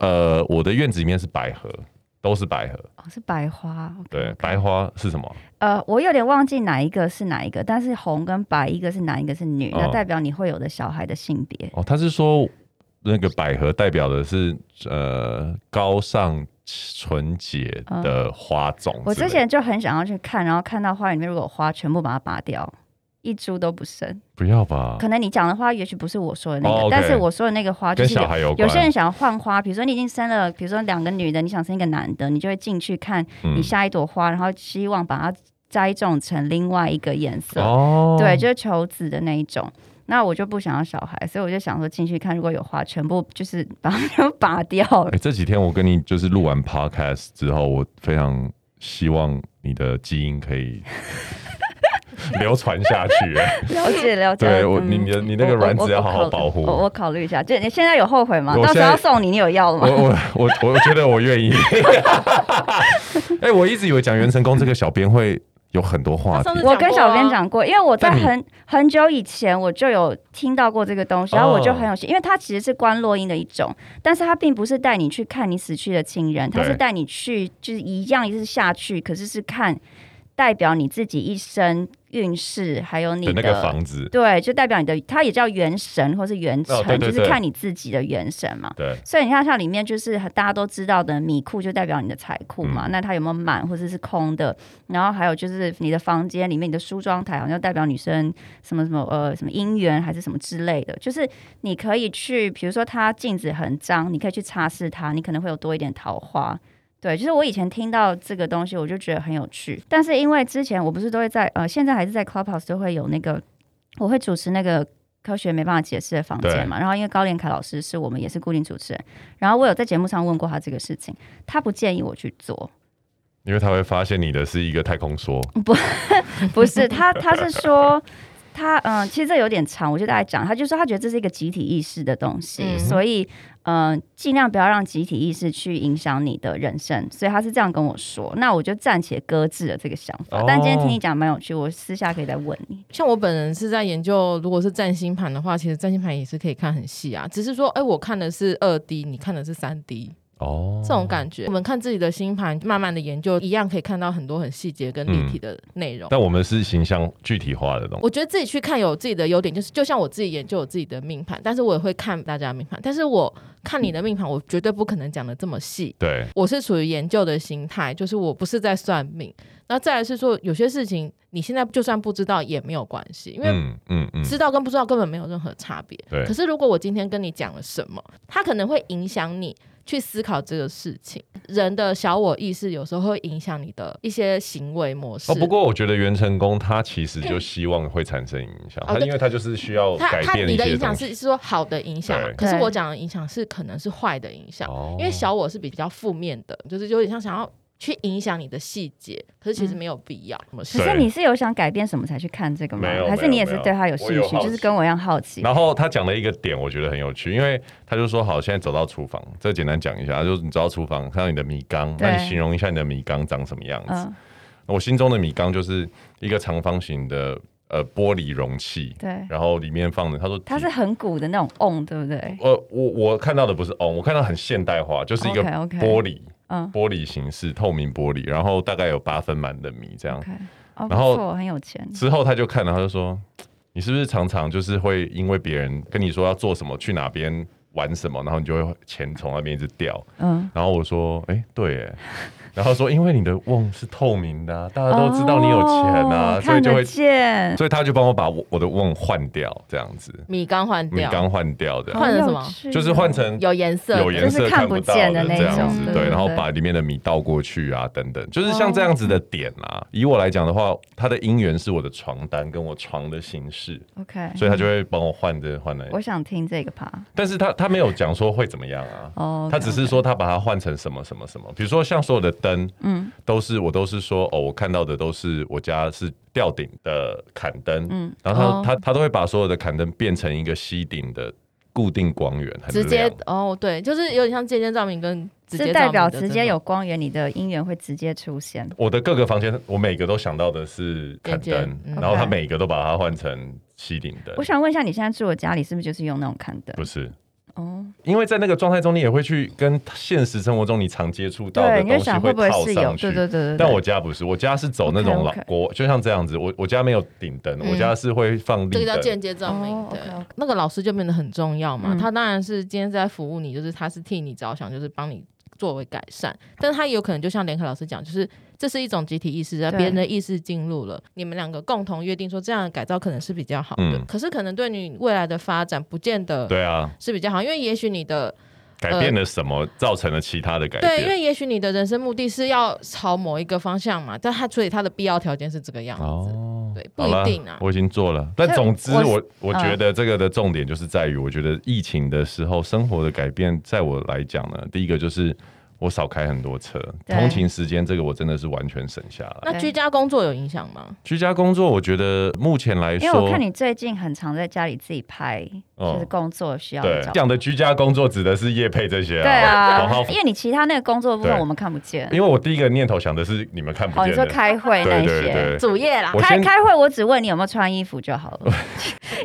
呃，我的院子里面是百合，都是百合，
哦，是白花。OK，
对
OK
白花是什么？
呃，我有点忘记哪一个是哪一个，但是红跟白一个是男，一个是女，
哦
那代表你会有的小孩的性别。
哦，他是说那个百合代表的是呃高尚纯洁的花种之类的、
我之前就很想要去看，然后看到花园里面如果有花，全部把它拔掉，一株都不剩。
不要吧，
可能你讲的花，也许不是我说的那个，
哦，OK
但是我说的那个花就
跟
是有
小孩有关。
有些人想要换花，比如说你已经生了，比如说两个女的，你想生一个男的，你就会进去看
嗯
你下一朵花，然后希望把它栽种成另外一个颜色。
哦，
对，就是求子的那一种。那我就不想要小孩，所以我就想说进去看，如果有花，全部就是 把它全部拔 掉。
哎、这几天我跟你就是录完 podcast 之后，我非常希望你的基因可以流传下去、哎
了解了解。
对我，
嗯
你你的你那个
我我
卵子要好
我
好
考
保护。
我我考虑一下，就你现在有后悔吗？
我
到时
现在
候要送你，你有要了
我
吗？
我我我觉得我愿意。哎、我一直以为讲袁成功这个小编会有很多话
他
题
上次，
我跟小编讲过，啊因为我在
但你
很很久以前我就有听到过这个东西，然后我就
哦
很有兴，因为它其实是观落音的一种，但是它并不是带你去看你死去的亲人，它
对
是带你去就是一样就是下去，可是是看代表你自己一生运势，还有你
的那
的
个房子，
对，就代表你的，它也叫元神或是元辰，
哦对对
就是
对
看你自己的元神嘛。
对，
所以你看，像里面就是大家都知道的米库，就代表你的财库
嗯
嘛。那它有没有满或者是空的？然后还有就是你的房间里面，你的梳妆台好像代表女生什么什么呃什么姻缘还是什么之类的。就是你可以去，比如说它镜子很脏，你可以去擦拭它，你可能会有多一点桃花。对，就是我以前听到这个东西，我就觉得很有趣。但是因为之前我不是都会在呃，现在还是在 Clubhouse 都会有那个，我会主持那个科学没办法解释的房
对
间嘛。然后因为高连凯老师是我们也是固定主持人，然后我有在节目上问过他这个事情，他不建议我去做，
嗯
因为他会发现你的是一个太空梭，
不是他，他是说。他嗯，其实这有点长，我就大概讲。他就说他觉得这是一个集体意识的东西，
嗯
所以嗯，尽量不要让集体意识去影响你的人生。所以他是这样跟我说，那我就暂且搁置了这个想法。
哦
但今天听你讲蛮有趣，我私下可以再问你。
像我本人是在研究，如果是占星盘的话，其实占星盘也是可以看很细啊，只是说，哎、我看的是二 D，你看的是三 D，
哦，
这种感觉。我们看自己的星盘，慢慢的研究，一样可以看到很多很细节跟
嗯
立体的内容。
但我们是形象具体化的东西。
我觉得自己去看有自己的优点，就是就像我自己研究我自己的命盘，但是我也会看大家的命盘，但是我看你的命盘，我绝对不可能讲的这么细。
对，
我是处于研究的心态，就是我不是在算命。那再来是说，有些事情你现在就算不知道也没有关系，因为
嗯嗯嗯，
知道跟不知道根本没有任何差别。
对
可是如果我今天跟你讲了什么，它可能会影响你去思考这个事情。人的小我意识有时候会影响你的一些行为模式。
哦，不过我觉得袁成功他其实就希望会产生影响，
哦
他
对
因为他就是需要
他
哦改
他
变
你
一
的
些
影响
东西。
是是说好的影响嘛
对，
可是
对
我讲的影响是可能是坏的影响，
哦
因为小我是比较负面的，就是有点像想要去影响你的细节，可是其实
嗯
没有必要。什么事
可是
对
你是有想改变什么才去看这个吗
没有？
还是你也
没
是
有
对他有
没有
兴
我有
趣，
好
就是
奇
跟我一样好奇？
然后他讲了一个点，我觉得很有趣，因为他就说好，现在走到厨房，这简单讲一下，就是你走到厨房，看到你的米缸，那你
对
形容一下你的米缸长什么样子？
嗯，
我心中的米缸就是一个长方形的呃玻璃容器，
对，
然后里面放的，他说
它是很鼓的那种 on，对不对？
呃我我看到的不是哦，我看到很现代化，就是一个
OK，OK
玻璃
嗯
玻璃形式透明玻璃，然后大概有八分满的米这样。
，OK，哦，不
然后
错，很有钱。
之后他就看了，他就说：“你是不是常常就是会因为别人跟你说要做什么，去哪边玩什么，然后你就会钱从那边一直掉？”
嗯，
然后我说：“哎、对， 哎。”然后说：“因为你的瓮是透明的啊、大家都知道你有钱啊，
哦
所以
看
就
得
会，
见。
所以他就帮我把我我的瓮换掉，这样子，
米缸换
米
掉，
缸换掉的，
换了什么
好有趣哦
就是换成
有颜色的，
有颜
就
色
是看
不
不
到
见的那
这样
种
子，
对
对，
对
然后
对
把里面的米倒过去啊，等等，就是像这样子的点啊。以我来讲的话，它的因缘是我的床单跟我床的形式，
OK，
所以他就会帮我换这换那
我，想听这个趴。
但是他他没有讲说会怎么样啊。
哦，
他只是说他把它换成什么什么什么，比如说像所有的灯，嗯，都是我都是说哦，我看到的都是我家是吊顶的砍灯，嗯，然后
哦
他他他都会把所有的砍灯变成一个吸顶的固定光源，很
直接
亮
哦，对，就是有点像间接照明跟直接
是
照
代
明
表
的
直
这
接
种
有光源，你的姻缘会直接出现。
我的各个房间，我每个都想到的是砍
眼
灯
睛，嗯
然后他
OK
每个都把它换成吸顶灯
我，想问一下，你现在住的家里是不是就是用那种看灯
不？是。
哦，
因为在那个状态中，你也会去跟现实生活中你常接触到的
对，你
东西
就想会不会
套
是有
上？去。
对对对对。对
但我家不是，我家是走那种老
OK，OK
国，就像这样子。我我家没有顶灯，
嗯
我家是会放
这
立
个叫
灯。
间接照明。
哦
对
OK，OK
那个老师就变得很重要嘛。
嗯
他当然是今天在服务你，就是他是替你着想，就是帮你作为改善。但是他也有可能就像连凯老师讲，就是这是一种集体意识，
对
别人的意识进入了，你们两个共同约定说这样的改造可能是比较好的。
嗯
可是可能对你未来的发展，不见得
对啊，
是比较好，因为也许你的
改变了什么，造成了其他的改
对，因
变。
为也许你的人生目的是要朝某一个方向嘛，但他所以他的必要条件是这个样子。
哦
对，不
好了
一定啊，。
我已经做了。但总之
所以
我，我
我嗯
觉得这个的重点就是在于，我觉得疫情的时候生活的改变，在我来讲呢，第一个就是我少开很多车，
对
通勤时间这个我真的是完全省下来。
那居家工作有影响吗？
居家工作，我觉得目前来
因为哎我
说
看，你最近很常在家里自己拍，
哦
就是工作需要
对
的照
讲的居家工作指的是业配这些啊，好
对啊
好，
因为你其他那个工作的部分
对
我们看不见。
因为我第一个念头想的是你们看不
哦，你
见
说
的，
开会那
对
一
对
些。
对。
主业啦
我
开
先
开会，我只问你有没有穿衣服就好 了，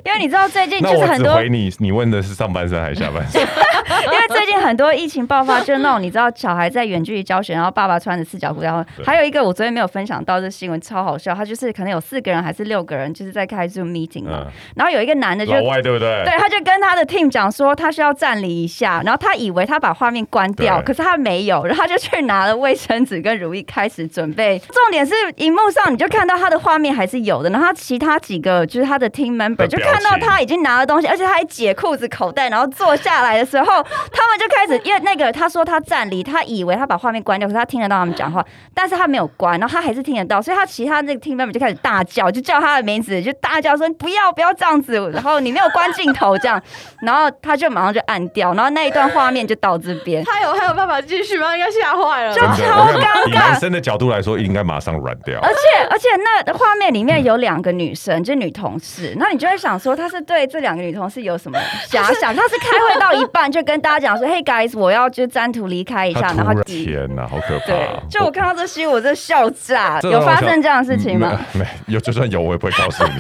因为你知道最近
那
就是
我
很
只
多
回你，你问的是上半身还是下半 身？
因为最近很多疫情爆发，就是那种你知道小孩在远距离教学，然后爸爸穿着四角裤，然后
对
还有一个我昨天没有分享到这新闻超好笑，他就是可能有四个人还是六个人就是在开 Zoom meeting 嘛，
嗯，
然后有一个男的就
老外对不对？
对，他就跟他的 team 讲说他需要站离一下，然后他以为他把画面关掉，
对
可是他没有，然后他就去拿了卫生纸跟如意开始准备。重点是荧幕上你就看到他的画面还是有的，然后他其他几个就是他的 team member
的
就
表
看到
情
他已经拿了东西，而且他还解裤子口袋，然后坐下来的时候， 他们就开始，因为那个他说他站离，他以为他把画面关掉，可是他听得到他们讲话，但是他没有关，然后他还是听得到，所以他其他那个 team member 就开始大叫，就叫他的名字，就大叫说不要不要这样子，然后你没有关镜头这样，然后他就马上就按掉，然后那一段画面就到这边，
他有还有办法继续吗？应该吓坏了
就
真的
超
我看
尴
以
尬
男生的角度来说，应该马上软掉。
而且而且那画面里面有两个女生，就女同事，那你就会想说，她是对这两个女同事有什么遐想？她是开会到一半就跟大家讲说，Hey guys，我要就单独离开一
他
下，
突
然后
然
抵
天哪，好可怕
对
啊！，
就我看到这新闻，我真的笑炸。
这
有
让我
发
想
生这样的事情吗？
没没有，就算有我也不会告诉你。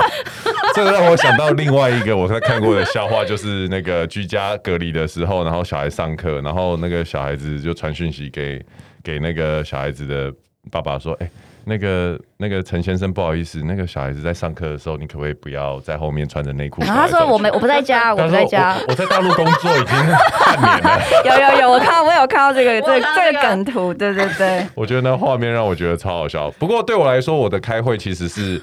这个让我想到另外一个我在看过的笑话，就是那个居家隔离的时候，然后小孩上课，然后那个小孩子就传讯息给给那个小孩子的爸爸说：“哎、那个那个陈先生，不好意思，那个小孩子在上课的时候，你可不可以不要在后面穿着内裤走
然
来走去？”
啊后他说我没我不 在家，我
他
不
嗯说
在
我
家。
我在大陆工作已经半年了。
有有有，我看到我有看到这个
我
这
看到
这
这
个
个
梗图，对对对。
我觉得那画面让我觉得超好笑。不过对我来说，我的开会其实是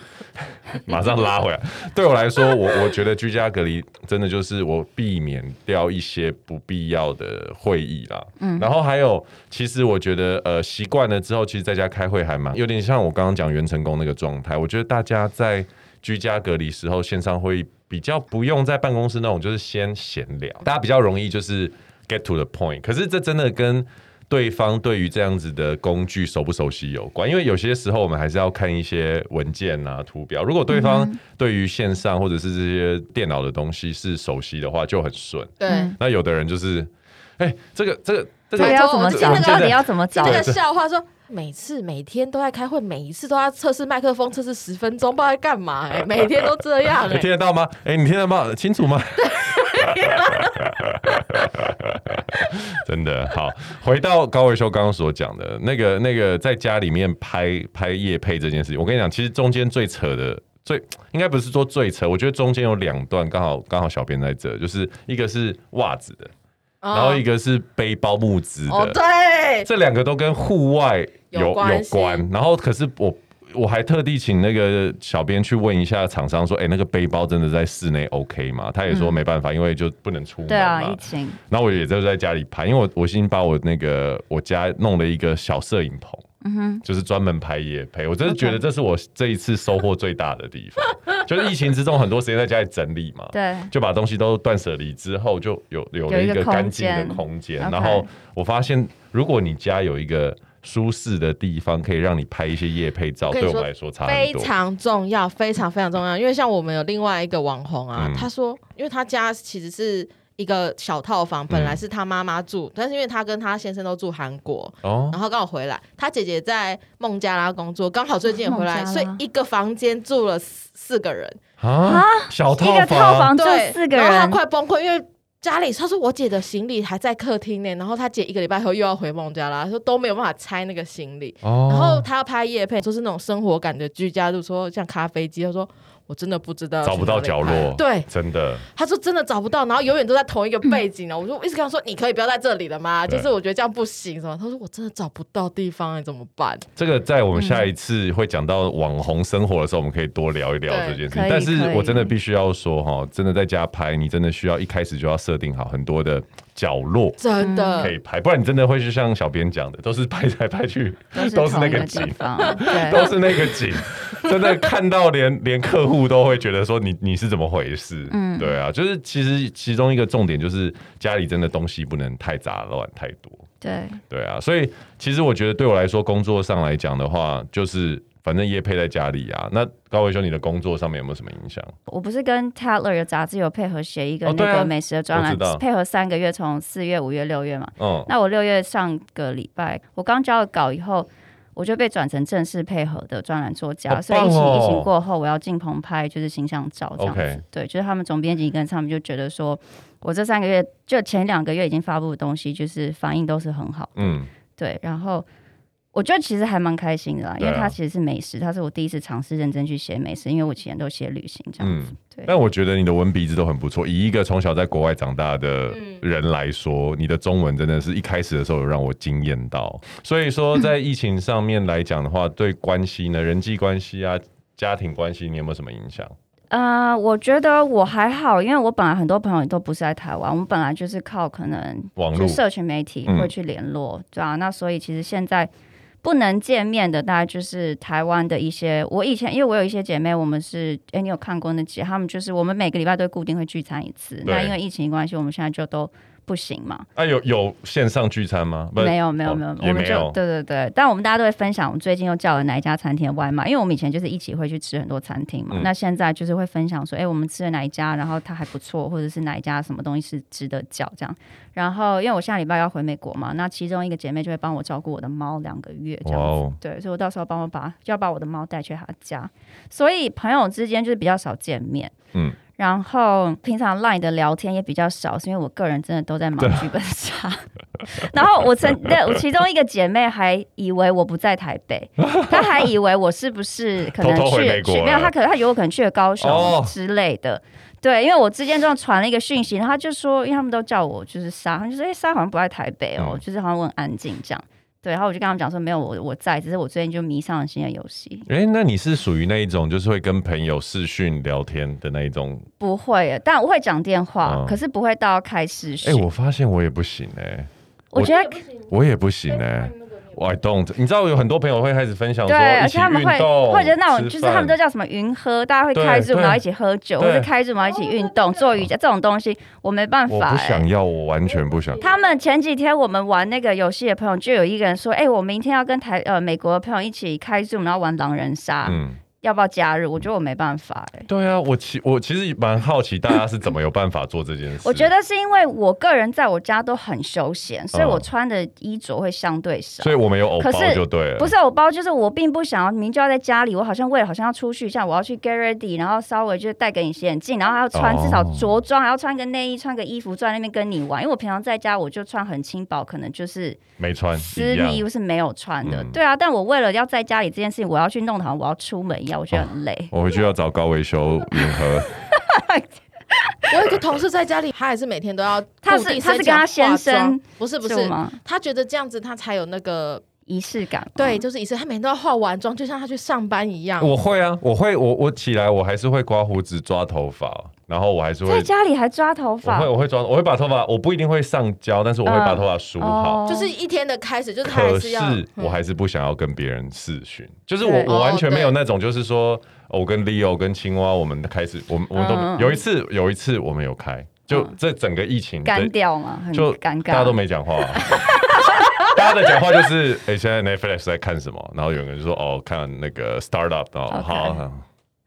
马上拉回来。对我来说，我我觉得居家隔离真的就是我避免掉一些不必要的会议啦。嗯，然后还有，其实我觉得呃习惯了之后，其实在家开会还蛮有点像我刚刚讲袁成功那个状态。我觉得大家在居家隔离时候线上会议比较不用在办公室那种，就是先闲聊，大家比较容易就是 get to the point。可是这真的跟对方对于这样子的工具熟不熟悉有关，因为有些时候我们还是要看一些文件啊、图表。如果对方对于线上或者是这些电脑的东西是熟悉的话，就很顺。
对
嗯，
那有的人就是，哎、这个、这个、这
这个
个。
要怎么找？
这个
到底要怎么
听
找
那？
对
个笑话说， 每次每天都在开会，每一次都要测试麦克风，测试十分钟，不知道在干 嘛、哎，每天都这样、
你听
哎，
得到吗？哎、你听得到吗清楚吗？ 真的好，回到高维修刚刚所讲的那个那个在家里面拍拍夜配这件事情，我跟你讲，其实中间最扯的。最应该不是说最扯，我觉得中间有两段刚好刚好小编在这，就是一个是袜子的，然后一个是背包募资的，
哦，对，
这两个都跟户外有
有
有
关
关
系
然后可是我我还特地请那个小编去问一下厂商说，哎、那个背包真的在室内 OK 吗？他也说没办法，因为就不能出门
对啊，
嘛
疫。情
然后我也就在家里拍，因为我我已经把我那个我家弄了一个小摄影棚，就是专门拍夜拍。我真的觉得这是我这一次收获最大的地方，就是疫情之中很多时间在家里整理嘛，
对，
啊
就把东西都断舍离之后，就有有了
有一
一
个
个
空
干净的
间
空间。
OK
然后我发现，如果你家有一个舒适的地方，可以让你拍一些夜配照，
我跟
对
你
我
说
们来说差很
非
多。
常重要，非常非常重要。因为像我们有另外一个网红啊，
嗯
他说，因为他家其实是一个小套房，本
嗯
来是他妈妈住，但是因为他跟他先生都住韩国。
哦，
然后刚好回来，他姐姐在孟加拉工作，刚好最近也回来，
孟加拉
所以一个房间住了四四个人，
啊，小
一个
套
套
房，啊
房住
对，
四个
然后他
人，
快崩溃，因为家里他说我姐的行李还在客厅呢，然后他姐一个礼拜后又要回孟加拉，说都没有办法拆那个行李，
哦，
然后他要拍夜配，就是那种生活感的居家路，说像咖啡机，他说我真的不知道要
找
去
不到
哪里
角
拍
落，
对，
真的，
他说真的找不到，然后永远都在同一个 背景呢。我就一直跟他说，你可以不要在这里了吗？
对
就是我觉得这样不行，什么？他说我真的找不到地方，哎，怎么办？
这个在我们下一次会讲到网红生活的时候，我们可以多聊一聊这
对
件事
可
情
以。
但是
可以
我真的必须要说哈，真的在家拍，你真的需要一开始就要设定好很多的角落。
嗯
真
呃
的
可，以拍，不然你真的会就像小编讲的，都是拍来拍去，
都
都
是
是
同
那
一
个
个
景
地，方，
都
对，
是那个景， 真的看到连连客户都会觉得说你你是怎么回事？嗯，对啊，就是其实其中一个重点就是家里真的东西不能太杂乱太多，
对，
对啊，所以其实我觉得对我来说，工作上来讲的话，就是反正业配在家里啊。那高维兄，你的工作上面有没有什么影响？
我不是跟 Taylor 的杂志有配合写一个
哦
那
对啊
个美食的专
我
栏
知道，
配合三个月，从四月、五月、六月嘛。
嗯，
那我六月上个礼拜，我刚交了稿以后，我就被转成正式配合的专栏作家，
好
所以疫
棒
情
哦
疫情过后，我要进棚拍就是形象照这样子。
OK
对，就是他们总编辑跟他们就觉得说，我这三个月就前两个月已经发布的东西，就是反应都是很好。
嗯，
对，然后我觉得其实还蛮开心的啦，因为
对啊
它其实是美食，它是我第一次尝试认真去写美食，因为我以前都写旅行这样
嗯
子。对，
但我觉得你的文笔一直都很不错。以一个从小在国外长大的
嗯
人来说，你的中文真的是一开始的时候有让我惊艳到。所以 说，在疫情上面来讲的话，对关系呢，人际关系啊。家庭关系，你有没有什么影响？
呃，我觉得我还好，因为我本来很多朋友都不是在台湾，我们本来就是靠可能
网
就
络
社群媒体
嗯
会去联络，对啊，那所以其实现在不能见面的，大概就是台湾的一些。我以前因为我有一些姐妹，我们是哎，你有看过那集？她们就是我们每个礼拜都固定会聚餐一次。那
对
因为疫情关系，我们现在就都不行嘛。
啊，有有线上聚餐吗？不是
没有没有
哦
没有，
也
我们
没
就
有。
对对对，但我们大家都会分享，我们最近又叫了哪一家餐厅的外卖，因为我们以前就是一起会去吃很多餐厅嘛。
嗯
那现在就是会分享说，哎，我们吃了哪一家，然后它还不错，或者是哪一家什么东西是值得叫这样。然后因为我下礼拜要回美国嘛，那其中一个姐妹就会帮我照顾我的猫两个月这
哇
样子。
哦，
对，所以我到时候帮我把就要把我的猫带去他家，所以朋友之间就是比较少见面，
嗯，
然后平常 LINE 的聊天也比较少，是因为我个人真的都在忙
啊
剧本杀。 然后 我曾那我其中一个姐妹还以为我不在台北，她还以为我是不是可能去
偷偷回美国
去没有，
了
她可能她以为我可能去了高雄
哦
之类的。对，因为我之前这样传了一个讯息，然后她就说，因为他们都叫我就是莎，他们就说，哎、莎好像不在台北哦，
嗯
就是好像我很安静这样。对，然后我就跟他们讲说，没有我我在，只是我最近就迷上了新的游戏。
哎、那你是属于那一种就是会跟朋友视讯聊天的那一种？
不会耶，但我会讲电话，
嗯
可是不会到开视讯。
哎、我发现我也不行哎、
我觉得
我也不行哎、我 I don't，你知道有很多朋友会开始分享说
对，
一
而
起
且他们
运
会
动，
或者那种
吃
就是他们
饭
都叫什么云喝，大家会
对
开 Zoom
对
然后一起喝酒，或
对
是开 Zoom 然后一起运动、做瑜伽这种东西，我没办
我
法
不
哎。
想要，我完全不想。
他们前几天我们玩那个游戏的朋友，就有一个人说：“哎、我明天要跟台呃美国的朋友一起开 Zoom，然后玩狼人杀，
嗯，
要不要加入？”我觉得我没办法哎、
对啊，我其我其实蛮好奇大家是怎么有办法做这件事。
我觉，得是因为我个人在我家都很休闲，所以
嗯
我穿的衣着会相对少。
所以我们有偶
可
包
是
就对了，
不是啊我包，就是我并不想要，明明就要在家里，我好像为了好像要出去一下，我要去 get ready，然后稍微就是戴个隐形眼镜，然后还要穿
哦
至少着装，还要穿个内衣、穿个衣服坐在那边跟你玩。因为我平常在家我就穿很轻薄，可能就是
没穿
私
一样
密衣。服是没有穿的。
嗯
对啊，但我为了要在家里这件事情，我要去弄得好像我要出门一样，我觉得很累。
我回去要找高维修云 和，
我有一个同事在家里，他还是每天都要固
他是
定睡觉，
他是跟他先生
化妆，不是不
我
是，
吗？
他觉得这样子他才有那个嗯
仪式感吗
对，就是一次他每天都要化完妆，就像他去上班一样。
我会啊，我会，我我起来我还是会刮胡子、抓头发，然后我还是
在
会，
家里还抓头
我
发
会，我会抓，我会把头发，我不一定会上胶，但是我会把
嗯
头发梳好。
哦
就是一天的开始，就是他还
可
是
是
要，嗯
我还是不想要跟别人视讯，就是我
对
我完全没有
哦对
那种，就是说哦我跟 Leo 跟青蛙，我们开始，我们我们
嗯
都有一次有一次我们有开，就这整个疫情
干
的
掉嘛，很
就
尴尬。
大家都没讲话、啊 大家的讲话就是，哎、现在 Netflix 在看什么？然后有人就说，哦，看那个 startup，哦，
OK
好，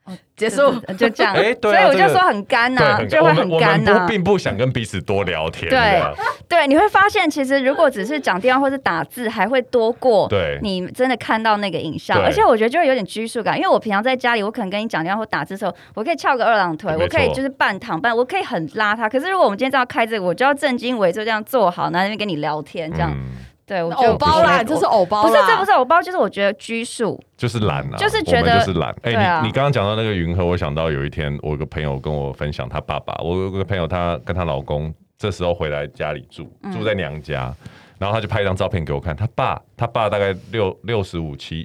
好
结束。
就这样，
哎对
所以
啊
我
这
就
个
说很干呐、
对，
就
我
会
们
很
我
干啊
们
呐、
不并不想跟彼此多聊天，
对
这样
对，你会发现其实如果只是讲电话或是打字，还会多过
对
你真的看到那个影像，
对
而且我觉得就会有点拘束感，因为我平常在家里，我可能跟你讲电话或打字的时候，我可以翘个二郎腿，
没错
我可以就是半躺半，我可以很邋遢。可是如果我们今天这样开这个，我就要正襟危坐这样坐好，然后在那边跟你聊天这样。
嗯
对，我就
偶包啦，
我
这是偶包
不
啦，
是这不是偶包，就是我觉得拘束。
就是懒啊，
就是觉得
我们就是懒。哎、
对啊
你你刚刚讲到那个云和，我想到有一天，我有个朋友跟我分享，她爸爸，我有个朋友，她跟她老公这时候回来家里住，
嗯
住在娘家，然后他就拍一张照片给我看，他爸，他爸大概六六十五七，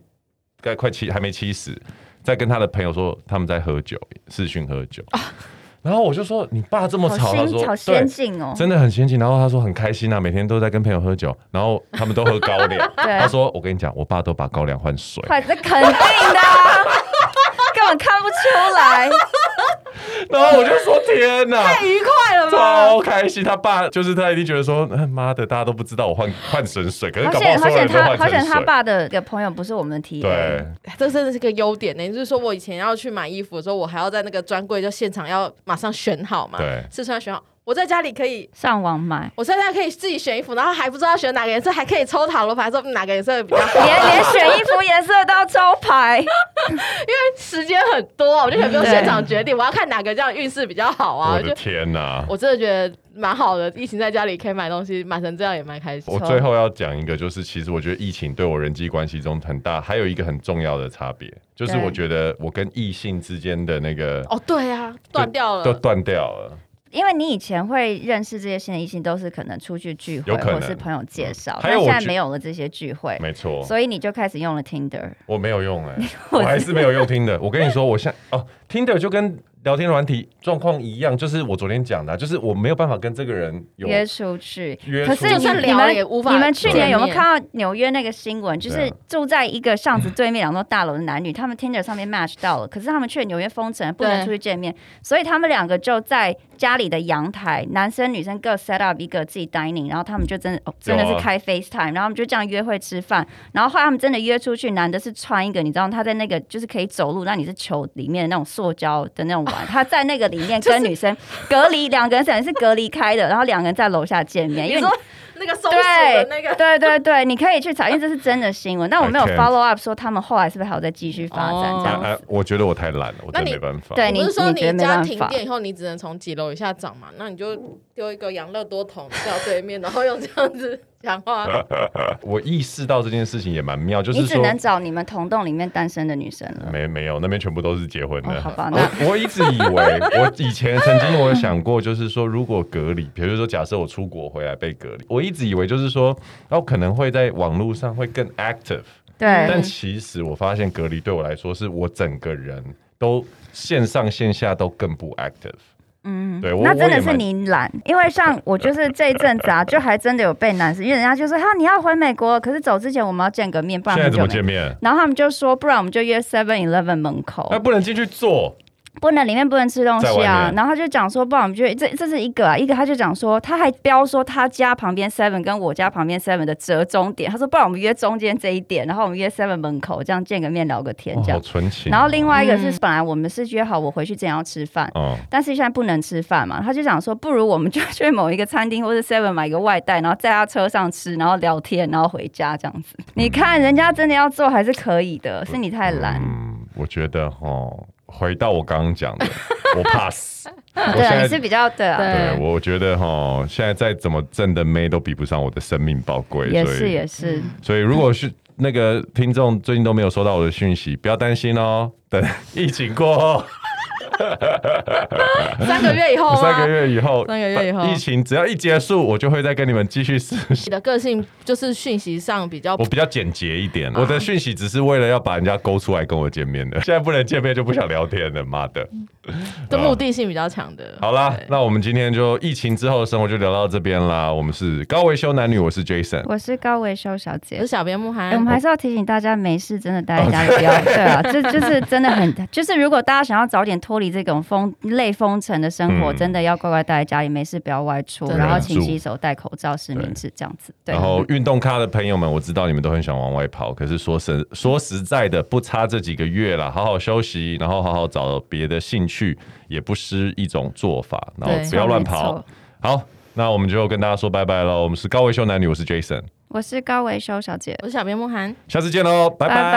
大概快七，还没七十，在跟他的朋友说他们在喝酒，视讯喝酒。然后我就说你爸这么
哦好
吵，他说
新
对
好先，进哦，
真的很先进。然后他说很开心啊，每天都在跟朋友喝酒，然后他们都喝高 粱。
对
他说我跟你讲，我爸都把高粱换水。
快，这肯定的啊、 根本看不出 来，
然后我就 说天哪，
愉快了吗？
超开心！他爸就是他一定觉得说，哎妈的，大家都不知道我换换神水，可是
好
搞不好
险，
所
好
有
险
人都
他，
换
好险
神
他
水。
爸的一个朋友不是我们的 T A，
对，
这真的是个优点呢、就是说我以前要去买衣服的时候，我还要在那个专柜就现场要马上选好嘛，
对
试穿选好。我在家里可以，，
上网买
我现在可以自己选衣服，然后还不知道选哪个颜色，还可以抽塔罗牌说嗯哪个颜色比较 好，
连连选衣服颜色都要招牌，
时间很多，我就想不用
对
现场决定，我要看哪个这样运势比较好啊。
我
我就
的天哪！
我真的觉得蛮好的，疫情在家里可以买东西，买成这样也蛮开心。
我最后要讲一个，就是其实我觉得疫情对我人际关系中很大，还有一个很重要的差别，就是
对
我觉得我跟异性之间的那个
哦，对啊，断掉了，
都断掉了。
因为你以前会认识这些新的异性，都是可能出去聚会
有可
或
能
是朋友介绍，
还
但
有我
现在
觉
没有了这些聚会，
没错，
所以你就开始用了 Tinder。
我没有用哎、
我
我还是没有用听的。我跟你说，我现在哦，听的就跟聊天软体状况一样，就是我昨天讲的啊、就是我没有办法跟这个人有
约出去。
约
可
出
是
就
你
算
你
聊了
们
也无法
你们去年有没有
见面
看到纽约那个新闻？就
对
是
啊
住在一个巷子对面两栋大楼的男女，他们 Tinder 上面 match 到了，可是他们却纽约封城，不能
对
出去见面，所以他们两个就在家里的阳台，男生女生各 set up 一个自己 dining，然后他们就真的、哦、真的
有
是
啊
开 FaceTime，然后他们就这样约会吃饭，然后后来他们真的约出去，男的是穿一个你知道他在那个就是可以走路，那你是球里面的那种塑胶的那种 碗，他在那个里面跟女生隔离，两个人可能是隔离开的，然后两个人在楼下见面，因为
你
你
说那个松鼠
对
的那个
对对对，你可以去查，因为这是真的新闻。但我没有
I can't.
follow up 说他们后来是不是还有再继续发展
哦
这
哎
样子。
哎，我觉得我太懒了，我真
那
的
你
没办法。
对
不是说
你你觉得
你
没
家
办
停
法
电以后，你只能从几楼以下涨嘛？那你就丢一个养乐多桶掉对面，然后用这样子讲 话。
我意识到这件事情也蛮妙，就是
你只
说
能找你们同洞里面单身的女生
哦
了。
没没有，那边全部都是结婚的。
哦好吧
我我一直以为，我以前曾经我有想过，就是说如果隔离，比如说假设我出国回来被隔离，我一直以为就是说，然后可能会在网络上会更 active，但
对，
其实我发现隔离对我来说，是我整个人都线上线下都更不 active。
嗯，
对我
那真
我也
的是
蛮
你懒，因为像我就是这一阵子啊，就还真的有被男生，因为人家就说哈你要回美国，可是走之前我们要见个面，不然
现在
很
怎
久
么
没
见。面？哎
然后他们就说，不然我们就约 Seven Eleven 门口
那、，不能进去坐，
不能里面不能吃东
在
西
外
啊
面。
然后他就讲说，不然我们就这这是一个啊，一个他就讲说，他还标说他家旁边 Seven 跟我家旁边 Seven 的折中点，他说不然我们约中间这一点，然后我们约 Seven 门口这样见个面聊个天
哦
这
好
样。
纯情。
然后另外一个是
嗯
本来我们是约好我回去之前要吃饭，
哦，
但是现在不能吃饭嘛，他就想说，不如我们就去某一个餐厅或者 Seven 买一个外带，然后在他车上吃，然后聊天，然后回家这样子。你看人家真的要做还是可以的，是你太懒。
嗯，我觉得哦，回到我刚刚讲的，我怕 死。嗯我
对
现
啊，
在
你是比较对啊，
对，
对
我觉得哈，现在再怎么正的妹都比不上我的生命宝贵，
也
所以嗯
是也是。
所以如果是那个听众最近都没有收到我的讯息，不要担心哦，等 疫情过后
三个月 以后
三个
吗？
月以后，
啊三个月以后
疫情只要一结束，我就会再跟你们继续私
你的个性就是讯息上比较
我比较简洁一
啊
点，我的讯息只是为了要把人家勾出来跟我见面的， 现在不能见面就不想聊天了，妈的！
的目的性比较强的。
好啦
嗯对，
那我们今天就疫情之后的生活就聊到这边啦。我们是高维修男女，我是 Jason，
我是高维修小
我
姐
嗯
是。小编慕
哎、
涵，
我们还是要提醒大家，没事真的待
哦
在家里，不要对啊， 这就是真的很，就是如果大家想要早点脱离这种封类封城的生活，
嗯
真的要乖乖待在家里，没事不要外出，
真的
然后勤洗手、戴口罩、实名制这样子。对，
然后哦运动咖的朋友们，我知道你们都很想往外跑，可是说实
嗯
说实在的，不差这几个月啦，好好休息，然后好好找别的兴趣，也不失一种做法，然
对
后不要乱
没
跑
错。。
好，那我们就跟大家说拜拜喽。我们是高维修男女，我是 Jason，
我是高维修小姐。
我是小编慕涵。
下次见喽，拜
拜
拜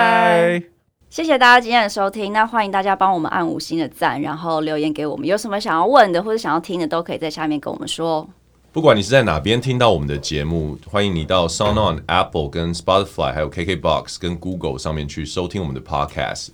拜谢谢大家今天的收听，那欢迎大家帮我们按五星的赞，然后留言给我们，有什么想要问的或者想要听的，都可以在下面跟我们说哦。
不管你是在哪边听到我们的节目，欢迎你到 SoundOn、Apple、跟 Spotify、还有 KKBox、跟 Google 上面去收听我们的 Podcast。